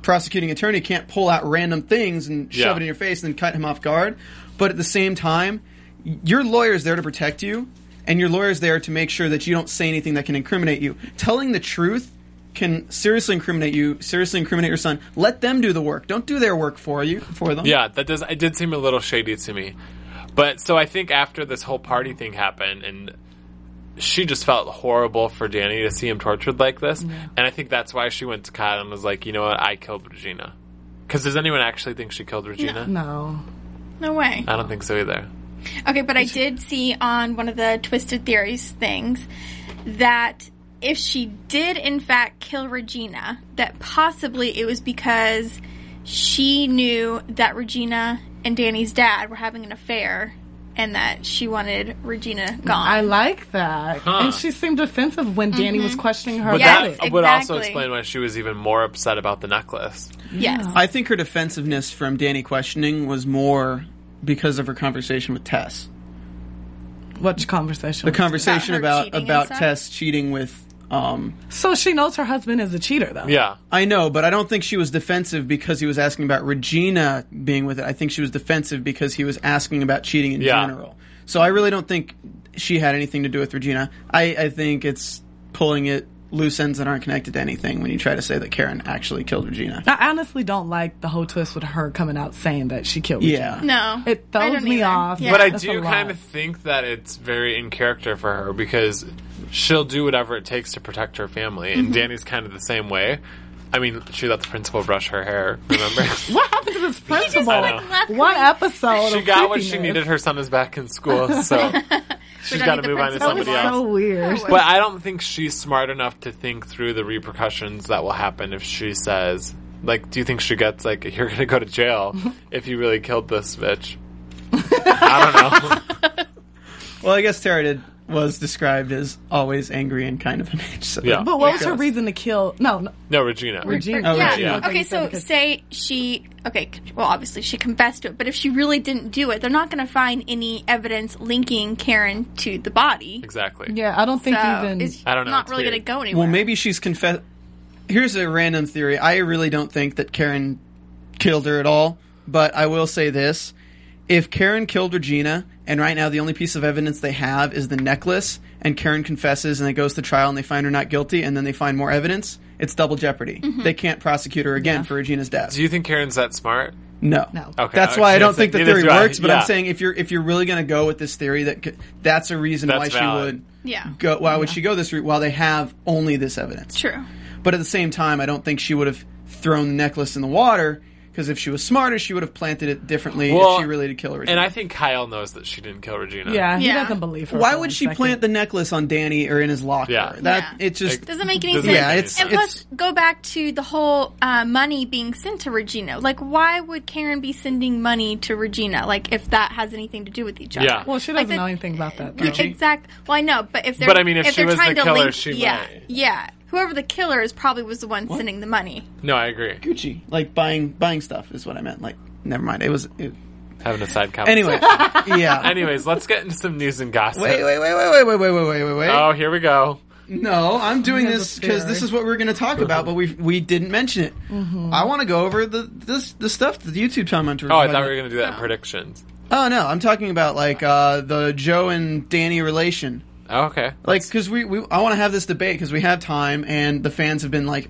Speaker 5: prosecuting attorney can't pull out random things and shove
Speaker 2: Yeah.
Speaker 5: it in your face and cut him off guard. But at the same time, your lawyer's there to protect you, and your lawyer's there to make sure that you don't say anything that can incriminate you. Telling the truth can seriously incriminate you, seriously incriminate your son. Let them do the work. Don't do their work for you for them.
Speaker 2: Yeah, that does. It did seem a little shady to me, but so I think after this whole party thing happened, and she just felt horrible for Danny to see him tortured like this, and I think that's why she went to Kyle and was like, you know what, I killed Regina. Because does anyone actually think she killed Regina?
Speaker 4: no.
Speaker 3: No way.
Speaker 2: I don't think so either.
Speaker 3: Okay, but I did see on one of the Twisted Theories things that if she did in fact kill Regina, that possibly it was because she knew that Regina and Danny's dad were having an affair and that she wanted Regina gone.
Speaker 4: I like that. And she seemed defensive when Danny was questioning her
Speaker 2: But
Speaker 4: about
Speaker 2: that
Speaker 3: Yes,
Speaker 4: it.
Speaker 2: would also
Speaker 3: exactly.
Speaker 2: explain why she was even more upset about the necklace.
Speaker 3: yes.
Speaker 5: I think her defensiveness from Danny questioning was more because of her conversation with Tess.
Speaker 4: What conversation?
Speaker 5: the conversation
Speaker 3: About her
Speaker 5: about
Speaker 3: cheating and
Speaker 5: about,
Speaker 3: stuff?
Speaker 5: Tess cheating with. Um,
Speaker 4: so she knows her husband is a cheater, though.
Speaker 2: Yeah,
Speaker 5: I know, but I don't think she was defensive because he was asking about Regina being with it. I think she was defensive because he was asking about cheating in
Speaker 2: Yeah.
Speaker 5: general. So I really don't think she had anything to do with Regina. I, I think it's pulling it loose ends that aren't connected to anything when you try to say that Karen actually killed Regina.
Speaker 4: I honestly don't like the whole twist with her coming out saying that she killed.
Speaker 5: Yeah.
Speaker 4: Regina.
Speaker 3: No.
Speaker 4: It
Speaker 3: I
Speaker 4: throws
Speaker 3: don't
Speaker 4: me
Speaker 3: either.
Speaker 4: off.
Speaker 3: Yeah.
Speaker 2: but I
Speaker 4: That's a
Speaker 2: do
Speaker 4: lot.
Speaker 2: kind of think that it's very in character for her because she'll do whatever it takes to protect her family,
Speaker 4: Mm-hmm.
Speaker 2: and Danny's kind of the same way. I mean, she let the principal brush her hair. Remember,
Speaker 4: What happened to this principal?
Speaker 2: like,
Speaker 3: left
Speaker 4: One
Speaker 3: me.
Speaker 4: episode.
Speaker 2: she
Speaker 4: of
Speaker 2: got what she
Speaker 4: creepiness.
Speaker 2: needed. Her son is back in school, so she's
Speaker 3: don't
Speaker 2: got
Speaker 3: need
Speaker 2: to
Speaker 3: the
Speaker 2: move on to
Speaker 3: principal
Speaker 4: That was
Speaker 2: somebody
Speaker 3: anymore.
Speaker 4: so
Speaker 2: else.
Speaker 4: weird.
Speaker 3: Oh,
Speaker 2: But I don't think she's smart enough to think through the repercussions that will happen if she says, like, do you think she gets, like, you're going to go to jail if you really killed this bitch? I don't know.
Speaker 5: Well, I guess Tara did, was described as always angry and kind of an bitch. So
Speaker 2: Yeah.
Speaker 4: But what was
Speaker 5: Yeah.
Speaker 4: her reason to kill? No, no
Speaker 2: No, Regina.
Speaker 4: Regina.
Speaker 5: Oh,
Speaker 3: yeah.
Speaker 5: Regina.
Speaker 3: Okay,
Speaker 4: you said
Speaker 3: so
Speaker 4: because-
Speaker 3: say she okay, c- well obviously she confessed to it, but if she really didn't do it, they're not going to find any evidence linking Karen to the body.
Speaker 2: Exactly.
Speaker 4: Yeah, I don't think
Speaker 3: So
Speaker 4: even.
Speaker 3: it's
Speaker 2: I don't know,
Speaker 3: not
Speaker 2: it's
Speaker 3: really
Speaker 2: weird.
Speaker 3: going to go anywhere.
Speaker 5: Well, maybe she's confess. Here's a random theory. I really don't think that Karen killed her at all, but I will say this: if Karen killed Regina, and right now the only piece of evidence they have is the necklace, and Karen confesses, and it goes to trial, and they find her not guilty, and then they find more evidence, it's double jeopardy. They can't prosecute her again
Speaker 4: Yeah.
Speaker 5: for Regina's death.
Speaker 2: Do you think Karen's that smart?
Speaker 5: No.
Speaker 4: No.
Speaker 2: Okay,
Speaker 5: That's
Speaker 2: I
Speaker 5: why
Speaker 2: was
Speaker 5: I
Speaker 2: gonna
Speaker 5: don't
Speaker 2: say,
Speaker 5: think the
Speaker 2: neither
Speaker 5: theory
Speaker 2: do I.
Speaker 5: works. But
Speaker 2: Yeah.
Speaker 5: I'm saying if you're if you're really going to go with this theory, that c- that's a reason
Speaker 2: That's
Speaker 5: why
Speaker 2: valid.
Speaker 5: she
Speaker 3: Yeah.
Speaker 5: would go. Why would she go this route? While they have only this evidence.
Speaker 3: True.
Speaker 5: But at the same time, I don't think she would have thrown the necklace in the water because if she was smarter, she would have planted it differently
Speaker 2: Well,
Speaker 5: if she really did kill Regina.
Speaker 2: And I think Kyle knows that she didn't kill Regina.
Speaker 4: Yeah, he
Speaker 3: Yeah.
Speaker 4: doesn't believe her.
Speaker 5: why
Speaker 4: for one
Speaker 5: would she
Speaker 4: second.
Speaker 5: plant the necklace on Danny or in his locker?
Speaker 2: Yeah.
Speaker 5: That
Speaker 3: Yeah.
Speaker 5: it just
Speaker 3: Doesn't make any
Speaker 2: Doesn't
Speaker 3: sense.
Speaker 2: make any
Speaker 3: and
Speaker 2: sense.
Speaker 3: plus,
Speaker 5: It's-
Speaker 3: go back to the whole uh, money being sent to Regina. Like, why would Karen be sending money to Regina? Like, if that has anything to do with each other.
Speaker 2: Yeah.
Speaker 4: Well, she
Speaker 3: Like
Speaker 4: doesn't
Speaker 3: the-
Speaker 4: know anything about that.
Speaker 3: Yeah, exact. Well, I know, but if they're
Speaker 2: But I mean, if she
Speaker 3: they're
Speaker 2: was
Speaker 3: trying
Speaker 2: the
Speaker 3: to
Speaker 2: killer,
Speaker 3: link,
Speaker 2: she
Speaker 3: yeah,
Speaker 2: might.
Speaker 3: yeah. Whoever the killer is probably was the one sending the money.
Speaker 2: No, I agree.
Speaker 5: Gucci, like buying buying stuff is what I meant. Like never mind, it was it,
Speaker 2: Having a side comment.
Speaker 5: anyway. yeah.
Speaker 2: Anyways, let's get into some news and gossip.
Speaker 5: Wait, wait, wait, wait, wait, wait, wait, wait, wait, wait, wait.
Speaker 2: Oh, here we go.
Speaker 5: No, I'm doing
Speaker 4: He has
Speaker 5: this
Speaker 4: a
Speaker 5: because
Speaker 4: theory.
Speaker 5: this is what we're going to talk about, but we we didn't mention it.
Speaker 4: Mm-hmm.
Speaker 5: I want to go over the this the stuff that the YouTube commenter.
Speaker 2: Oh, I thought we were going to do that in predictions.
Speaker 5: Oh no, I'm talking about like uh, the Joe and Danny relation.
Speaker 2: Oh, okay.
Speaker 5: Like, because we, we I want to have this debate because we have time, and the fans have been like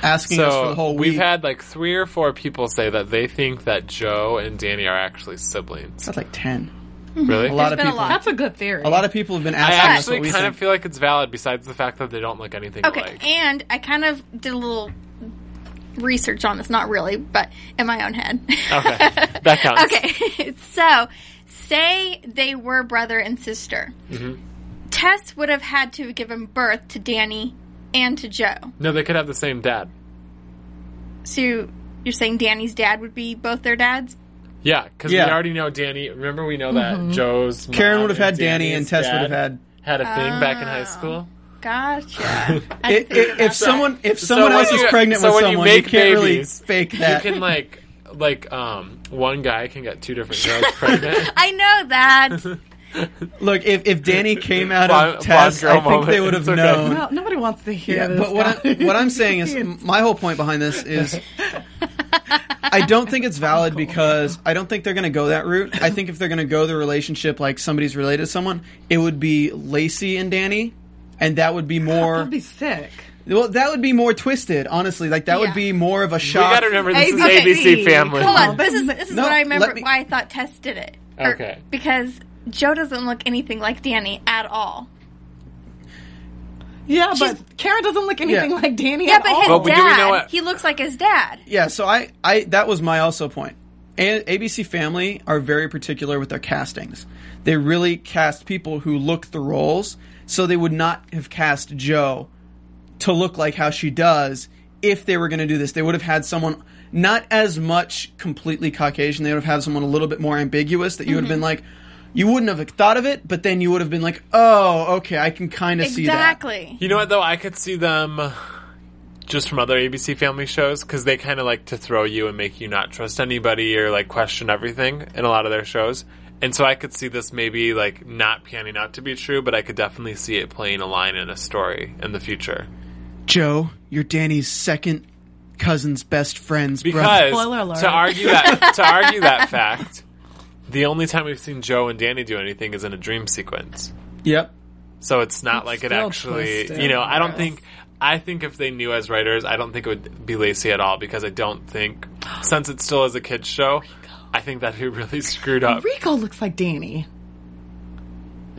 Speaker 5: asking us for
Speaker 2: So
Speaker 5: the whole week.
Speaker 2: we've had like three or four people say that they think that Joe and Danny are actually siblings.
Speaker 5: that's like ten.
Speaker 2: Really?
Speaker 5: Mm-hmm. A lot
Speaker 3: There's
Speaker 5: of
Speaker 3: been
Speaker 5: people.
Speaker 3: a lot.
Speaker 4: That's a good theory.
Speaker 5: A lot of people have been
Speaker 2: I
Speaker 5: asking us
Speaker 2: actually
Speaker 5: what we
Speaker 2: kind
Speaker 5: think.
Speaker 2: of feel like it's valid, besides the fact that they don't look anything
Speaker 3: Okay,
Speaker 2: alike.
Speaker 3: and I kind of did a little research on this. Not really, but in my own head.
Speaker 2: Okay, that counts.
Speaker 3: Okay, so say they were brother and sister. Tess would have had to have given birth to Danny and to Joe.
Speaker 2: No, they could have the same dad.
Speaker 3: So you- you're saying Danny's dad would be both their dads?
Speaker 2: Yeah, because
Speaker 5: Yeah. Mm-hmm.
Speaker 2: we already know Danny. Remember, we know that Joe's mom
Speaker 5: Karen would have had
Speaker 2: and
Speaker 5: Danny
Speaker 2: Danny's
Speaker 5: and Tess would have
Speaker 2: dad had a thing back in high school.
Speaker 3: Gotcha. I
Speaker 5: If-
Speaker 3: didn't think
Speaker 5: if,
Speaker 3: about
Speaker 5: if
Speaker 3: that.
Speaker 5: someone if
Speaker 2: So
Speaker 5: someone
Speaker 2: when
Speaker 5: else is
Speaker 2: you-
Speaker 5: pregnant
Speaker 2: so
Speaker 5: with
Speaker 2: when you
Speaker 5: someone,
Speaker 2: make
Speaker 5: can't
Speaker 2: babies,
Speaker 5: really fake that.
Speaker 2: You can like like um one guy can get two different girls pregnant.
Speaker 3: I know that.
Speaker 5: Look, if, if Danny came out
Speaker 2: Blonde-
Speaker 5: of Tess, I
Speaker 2: blonde
Speaker 5: think
Speaker 2: girl
Speaker 5: they
Speaker 2: moment.
Speaker 5: would have
Speaker 2: It's okay.
Speaker 5: known.
Speaker 4: No, nobody wants to hear
Speaker 5: Yeah,
Speaker 4: this.
Speaker 5: but what, I,
Speaker 4: guys.
Speaker 5: what I'm saying is, my whole point behind this is, I don't think it's valid because I don't think they're going to go that route. I think if they're going to go the relationship like somebody's related to someone, it would be Lacey and Danny, and that would be more.
Speaker 4: That'd be sick.
Speaker 5: well, that would be more twisted, honestly. Like that would
Speaker 3: Yeah.
Speaker 5: be more of a
Speaker 2: we
Speaker 5: shock.
Speaker 2: gotta remember this
Speaker 3: Okay.
Speaker 2: is ABC Family.
Speaker 3: Hold on.
Speaker 4: Oh,
Speaker 3: This is this is
Speaker 5: no,
Speaker 3: what I remember
Speaker 5: let me-
Speaker 3: why I thought Tess did it. Or-
Speaker 2: Okay.
Speaker 3: Because Joe doesn't look anything like Danny at all.
Speaker 4: Yeah,
Speaker 3: She's-
Speaker 4: but Karen doesn't look anything
Speaker 5: Yeah.
Speaker 4: like Danny
Speaker 3: Yeah,
Speaker 4: at
Speaker 3: but
Speaker 4: all.
Speaker 3: his
Speaker 2: But we do
Speaker 3: dad,
Speaker 2: know what-
Speaker 3: he looks like his dad.
Speaker 5: Yeah, so I, I that was my also point. A- ABC Family are very particular with their castings. They really cast people who look the roles, so they would not have cast Joe to look like how she does if they were going to do this. They would have had someone not as much completely Caucasian. They would have had someone a little bit more ambiguous that you would have been like, you wouldn't have thought of it, but then you would have been like, oh, okay, I can kind of see that.
Speaker 3: Exactly.
Speaker 2: You know what though? I could see them just from other ABC Family shows because they kind of like to throw you and make you not trust anybody or like question everything in a lot of their shows. And so I could see this maybe like not panning out to be true, but I could definitely see it playing a line in a story in the future.
Speaker 5: Joe, you're Danny's second cousin's best friend's brother.
Speaker 2: Because
Speaker 4: Spoiler alert.
Speaker 2: to argue that to argue that fact, the only time we've seen Joe and Danny do anything is in a dream sequence.
Speaker 5: Yep.
Speaker 2: So it's not like it
Speaker 4: still
Speaker 2: actually,
Speaker 4: twisted.
Speaker 2: you know, I don't think. I think if they knew as writers, I don't think it would be Lacey at all because I don't think, since it still is a kids show, I think that'd be really screwed up.
Speaker 4: Rico looks like Danny.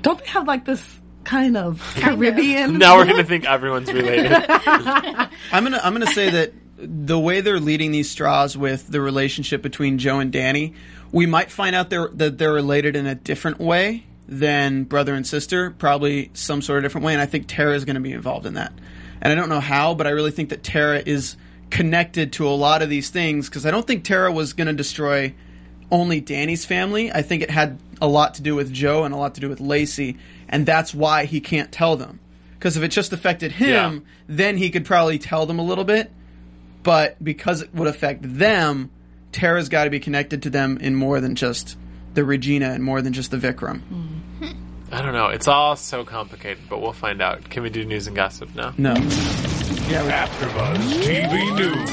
Speaker 4: Don't they have like this kind of Caribbean?
Speaker 2: Now we're gonna think everyone's related.
Speaker 5: I'm gonna I'm gonna say that the way they're leading these straws with the relationship between Joe and Danny, we might find out they're, that they're related in a different way than brother and sister, probably some sort of different way. And I think Tara is going to be involved in that. And I don't know how, but I really think that Tara is connected to a lot of these things because I don't think Tara was going to destroy only Danny's family. I think it had a lot to do with Joe and a lot to do with Lacey, and that's why he can't tell them. Because if it just affected him,
Speaker 2: Yeah.
Speaker 5: then he could probably tell them a little bit. But because it would affect them, Tara's got to be connected to them in more than just the Regina and more than just the Vikram.
Speaker 4: Mm.
Speaker 2: I don't know. It's all so complicated, but we'll find out. Can we do news and gossip now?
Speaker 5: No.
Speaker 7: AfterBuzz TV News.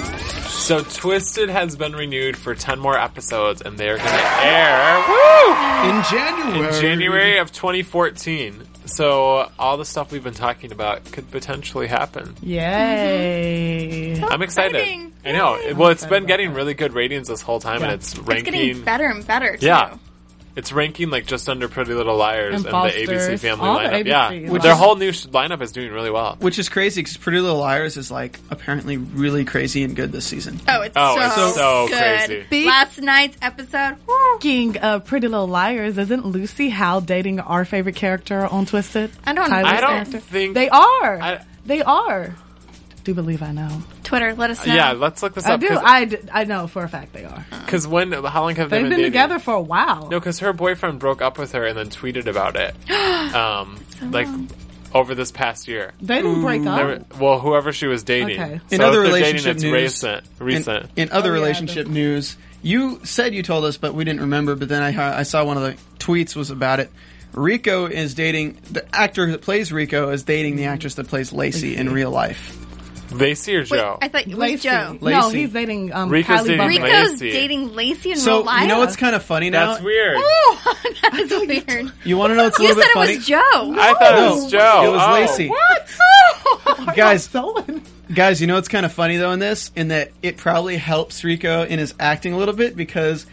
Speaker 2: So Twisted has been renewed for 10 more episodes and they're going to air woo,
Speaker 5: in January.
Speaker 2: in January of 2014. So all the stuff we've been talking about could potentially happen.
Speaker 4: Yay.
Speaker 3: Mm-hmm.
Speaker 2: I'm excited.
Speaker 3: Exciting.
Speaker 2: I know.
Speaker 3: Yay.
Speaker 2: Well, it's
Speaker 4: excited
Speaker 2: been
Speaker 4: about
Speaker 2: getting really good ratings this whole time and it's
Speaker 3: It's
Speaker 2: ranking
Speaker 3: getting better and better. Too.
Speaker 2: Yeah. It's ranking like just under Pretty Little Liars
Speaker 4: And
Speaker 2: and, the
Speaker 4: Fosters,
Speaker 2: ABC Family
Speaker 4: all the
Speaker 2: lineup.
Speaker 4: ABC
Speaker 2: yeah.
Speaker 4: Which
Speaker 2: Their
Speaker 4: is-
Speaker 2: whole new sh- lineup is doing really well.
Speaker 5: Which is crazy because Pretty Little Liars is like apparently really crazy and good this season.
Speaker 3: Oh, it's
Speaker 2: Oh,
Speaker 3: so,
Speaker 2: it's so
Speaker 3: good.
Speaker 2: crazy.
Speaker 4: Big-
Speaker 3: Last night's episode. woo.
Speaker 4: Speaking of Pretty Little Liars, isn't Lucy Howe dating our favorite character on Twisted?
Speaker 3: I don't
Speaker 4: Tyler's
Speaker 2: I don't
Speaker 4: character?
Speaker 2: think
Speaker 4: They are.
Speaker 2: I-
Speaker 4: they are. Do believe I know.
Speaker 3: Twitter, let us know.
Speaker 2: Yeah, let's look this
Speaker 4: I
Speaker 2: up.
Speaker 4: do. I, d- I know for a fact they are.
Speaker 2: Because when, how long have they
Speaker 4: They've been
Speaker 2: dating?
Speaker 4: together for a while.
Speaker 2: No, because her boyfriend broke up with her and then tweeted about it. Um, like over this past year.
Speaker 4: They didn't break up.
Speaker 2: There- Well, whoever she was dating.
Speaker 4: Okay.
Speaker 2: So
Speaker 5: In other
Speaker 2: if they're dating,
Speaker 5: relationship
Speaker 2: it's
Speaker 5: news,
Speaker 2: recent.
Speaker 5: In,
Speaker 2: Recent.
Speaker 5: in other
Speaker 4: Oh, yeah,
Speaker 5: relationship news, you said you told us, but we didn't remember. But then I, I saw one of the tweets was about it. Rico is dating the actor that plays Rico is dating the actress that plays Lacey in real life.
Speaker 2: Lacey or
Speaker 3: Wait,
Speaker 2: Joe?
Speaker 3: I thought you were
Speaker 4: Lacey.
Speaker 3: Joe.
Speaker 4: No,
Speaker 5: Lacey.
Speaker 4: he's dating um,
Speaker 2: Rico's
Speaker 4: Kylie
Speaker 2: dating
Speaker 4: Bummer.
Speaker 2: Lacey.
Speaker 3: Rico's
Speaker 2: Lacey.
Speaker 3: dating Lacey in real
Speaker 5: So
Speaker 3: life.
Speaker 5: you know what's kind of funny now?
Speaker 2: That's weird.
Speaker 3: Oh, that's weird.
Speaker 5: You want to know what's a
Speaker 3: You
Speaker 5: little
Speaker 3: said
Speaker 5: bit
Speaker 3: it
Speaker 5: funny?
Speaker 3: was Joe.
Speaker 2: I thought it was Joe.
Speaker 5: It was
Speaker 2: Oh.
Speaker 5: Lacey.
Speaker 3: What?
Speaker 5: Guys,
Speaker 4: So
Speaker 5: Guys, you know what's kind of funny though in this, in that it probably helps Rico in his acting a little bit because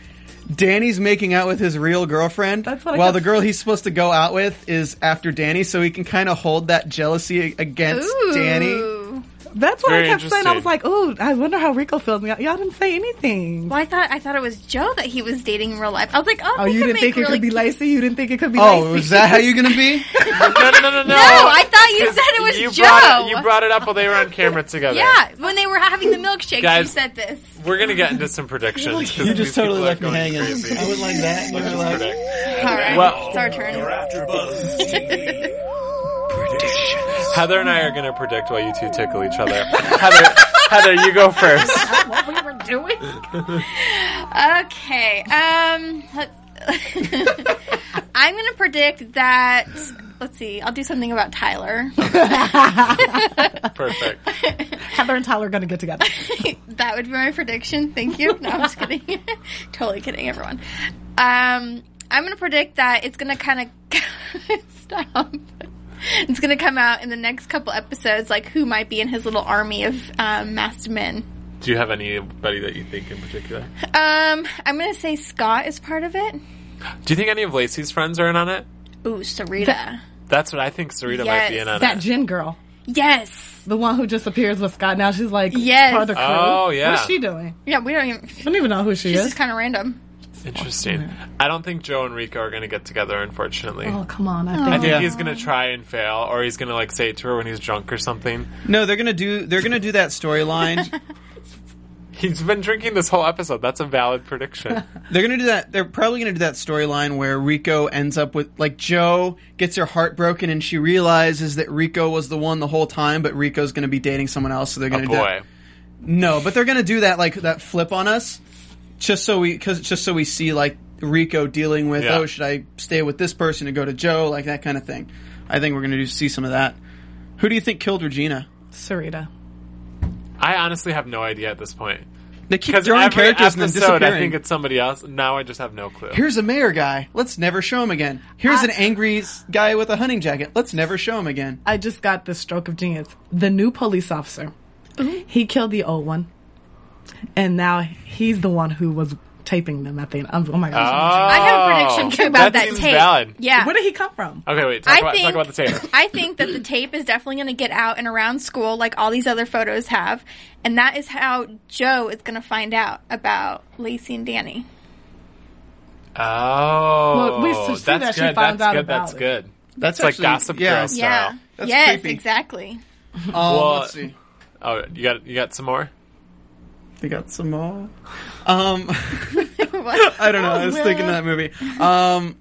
Speaker 5: Danny's making out with his real girlfriend,
Speaker 4: That's what I
Speaker 5: while
Speaker 4: got-
Speaker 5: the girl he's supposed to go out with is after Danny, so he can kind of hold that jealousy against Danny.
Speaker 3: Ooh.
Speaker 4: that's what
Speaker 2: Very
Speaker 4: I kept saying. I was
Speaker 2: interesting.
Speaker 4: like, "Ooh, I wonder how Rico feels." Y'all, y'all didn't say anything.
Speaker 3: Well, I thought I thought it was Joe that he was dating in real life. I was like, oh,
Speaker 4: Oh,
Speaker 3: they
Speaker 4: you
Speaker 3: could
Speaker 4: didn't
Speaker 3: make
Speaker 4: think it
Speaker 3: really
Speaker 4: could be
Speaker 3: cute-
Speaker 4: Lacey? You didn't think it could be
Speaker 5: Oh,
Speaker 4: Lacey?
Speaker 5: is that how you're gonna be?
Speaker 2: no, no, no, no, no.
Speaker 3: No, I thought you said it was
Speaker 2: you
Speaker 3: Joe.
Speaker 2: Brought it, you brought it up while they were on camera together.
Speaker 3: Yeah, when they were having the milkshake, you
Speaker 2: Guys,
Speaker 3: said this.
Speaker 2: We're going to get into some predictions. 'cause
Speaker 5: you
Speaker 2: these
Speaker 5: just totally
Speaker 2: people are
Speaker 5: left me
Speaker 2: going
Speaker 5: hanging.
Speaker 2: crazy.
Speaker 5: I would like that. You were like-
Speaker 3: All right,
Speaker 2: Well-
Speaker 3: it's our turn.
Speaker 2: Heather and I are going to predict while you two tickle each other. Heather, Heather, you go first.
Speaker 3: Okay, um, let- I'm gonna predict that. Let's see. I'll do something about Tyler.
Speaker 2: Perfect.
Speaker 4: Heather and Tyler are going to get together.
Speaker 3: that would be my prediction. Thank you. No, I'm just kidding. totally kidding, everyone. Um, I'm going to predict that it's going to kind of stop. It's going to come out in the next couple episodes, like who might be in his little army of um, masked men.
Speaker 2: Do you have anybody that you think in particular?
Speaker 3: Um, I'm going to say Scott is part of it.
Speaker 2: Do you think any of Lacey's friends are in on it?
Speaker 3: Ooh, Sarita.
Speaker 2: That's what I think. Sarita might be in
Speaker 3: Yes.
Speaker 2: on
Speaker 4: that
Speaker 2: it.
Speaker 4: Jen girl,
Speaker 3: yes.
Speaker 4: the one who just appears with Scott. Now she's like
Speaker 3: Yes.
Speaker 4: part of the crew.
Speaker 2: Oh, yeah.
Speaker 4: What's she doing?
Speaker 3: Yeah, we don't even.
Speaker 4: I don't even know who she
Speaker 3: This
Speaker 4: is.
Speaker 3: is kind of random.
Speaker 2: Interesting. I don't think Joe and Rico are going to get together, unfortunately.
Speaker 4: oh, come on. I
Speaker 2: I
Speaker 4: think
Speaker 2: think
Speaker 5: Yeah.
Speaker 2: he's going to try and fail, or he's going to like say it to her when he's drunk or something.
Speaker 5: No, they're gonna do. They're gonna do that storyline.
Speaker 2: He's been drinking this whole episode. That's a valid prediction.
Speaker 5: They're gonna do that. They're probably gonna do that storyline where Rico ends up with like Joe gets her heart broken and she realizes that Rico was the one the whole time, but Rico's gonna be dating someone else. So they're
Speaker 2: Oh
Speaker 5: gonna do
Speaker 2: boy.
Speaker 5: that. no, but they're gonna do that like that flip on us, just so we cause just so we see like Rico dealing with
Speaker 2: Yeah.
Speaker 5: oh should I stay with this person to go to Joe like that kind of thing. I think we're gonna do, see some of that. Who do you think killed Regina?
Speaker 4: Sarita.
Speaker 2: I honestly have no idea at this point.
Speaker 5: They keep
Speaker 2: Because
Speaker 5: throwing
Speaker 2: every
Speaker 5: characters and then
Speaker 2: episode,
Speaker 5: disappearing.
Speaker 2: I think it's somebody else. Now I just have no clue.
Speaker 5: Here's a mayor guy. Let's never show him again. Here's an angry s- guy with a hunting jacket. Let's never show him again.
Speaker 4: I just got this stroke of genius. The new police officer. He killed the old one. And now he's the one who was taping them at the end. I'm, oh my gosh.
Speaker 3: I have a prediction too about that,
Speaker 2: Oh. seems
Speaker 3: tape.
Speaker 2: valid.
Speaker 3: Yeah.
Speaker 4: Where did he come from?
Speaker 2: Okay, wait. Talk,
Speaker 3: I
Speaker 2: about,
Speaker 3: think
Speaker 2: talk about the tape.
Speaker 3: I think that the tape is definitely going to get out and around school, like all these other photos have, and that is how Joe is going to find out about Lacey and Danny.
Speaker 2: Oh,
Speaker 4: Well, we should see
Speaker 2: that's
Speaker 4: that she
Speaker 2: good.
Speaker 4: finds
Speaker 2: that's
Speaker 4: out
Speaker 2: good.
Speaker 4: about
Speaker 2: that's
Speaker 4: it.
Speaker 2: good.
Speaker 5: That's
Speaker 2: It's like
Speaker 5: actually-
Speaker 2: Gossip
Speaker 5: yeah.
Speaker 2: Girl
Speaker 3: Yeah.
Speaker 2: style.
Speaker 5: That's
Speaker 3: yes,
Speaker 5: creepy.
Speaker 3: exactly.
Speaker 5: Um,
Speaker 2: Well-
Speaker 5: let's see.
Speaker 2: Oh, you got you got some more.
Speaker 5: They got some more. Um,
Speaker 3: What?
Speaker 5: I don't know. I was thinking of that movie. Um,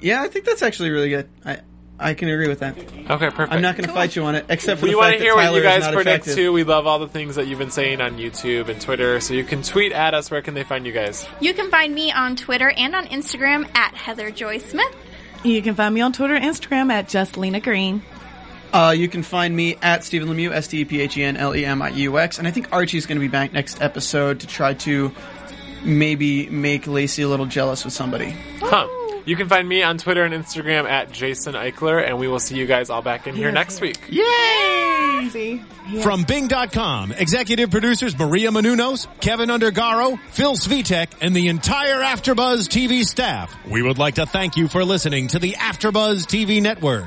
Speaker 5: yeah, I think that's actually really good. I I can agree with that.
Speaker 2: Okay, perfect.
Speaker 5: I'm not going to fight you on it, except for
Speaker 2: We
Speaker 5: the
Speaker 2: want
Speaker 5: fact
Speaker 2: to hear
Speaker 5: that
Speaker 2: what
Speaker 5: Tyler
Speaker 2: you
Speaker 5: is
Speaker 2: guys
Speaker 5: not
Speaker 2: predict
Speaker 5: attractive.
Speaker 2: too. We love all the things that you've been saying on YouTube and Twitter, so you can tweet at us. Where can they find you guys?
Speaker 3: You can find me on Twitter and on Instagram at Heather Joy Smith.
Speaker 4: You can find me on Twitter and Instagram at Just Lena Green.
Speaker 5: Uh, you can find me at Stephen Lemieux, S T E P H E N L E M I U X, and I think Archie's going to be back next episode to try to maybe make Lacey a little jealous with somebody.
Speaker 2: Huh. You can find me on Twitter and Instagram at Jason Eichler, and we will see you guys all back in here
Speaker 4: Yes.
Speaker 2: next week.
Speaker 4: See?
Speaker 7: From Bing.com, executive producers Maria Manunos, Kevin Undergaro, Phil Svitek, and the entire Afterbuzz TV staff. We would like to thank you for listening to the Afterbuzz TV network.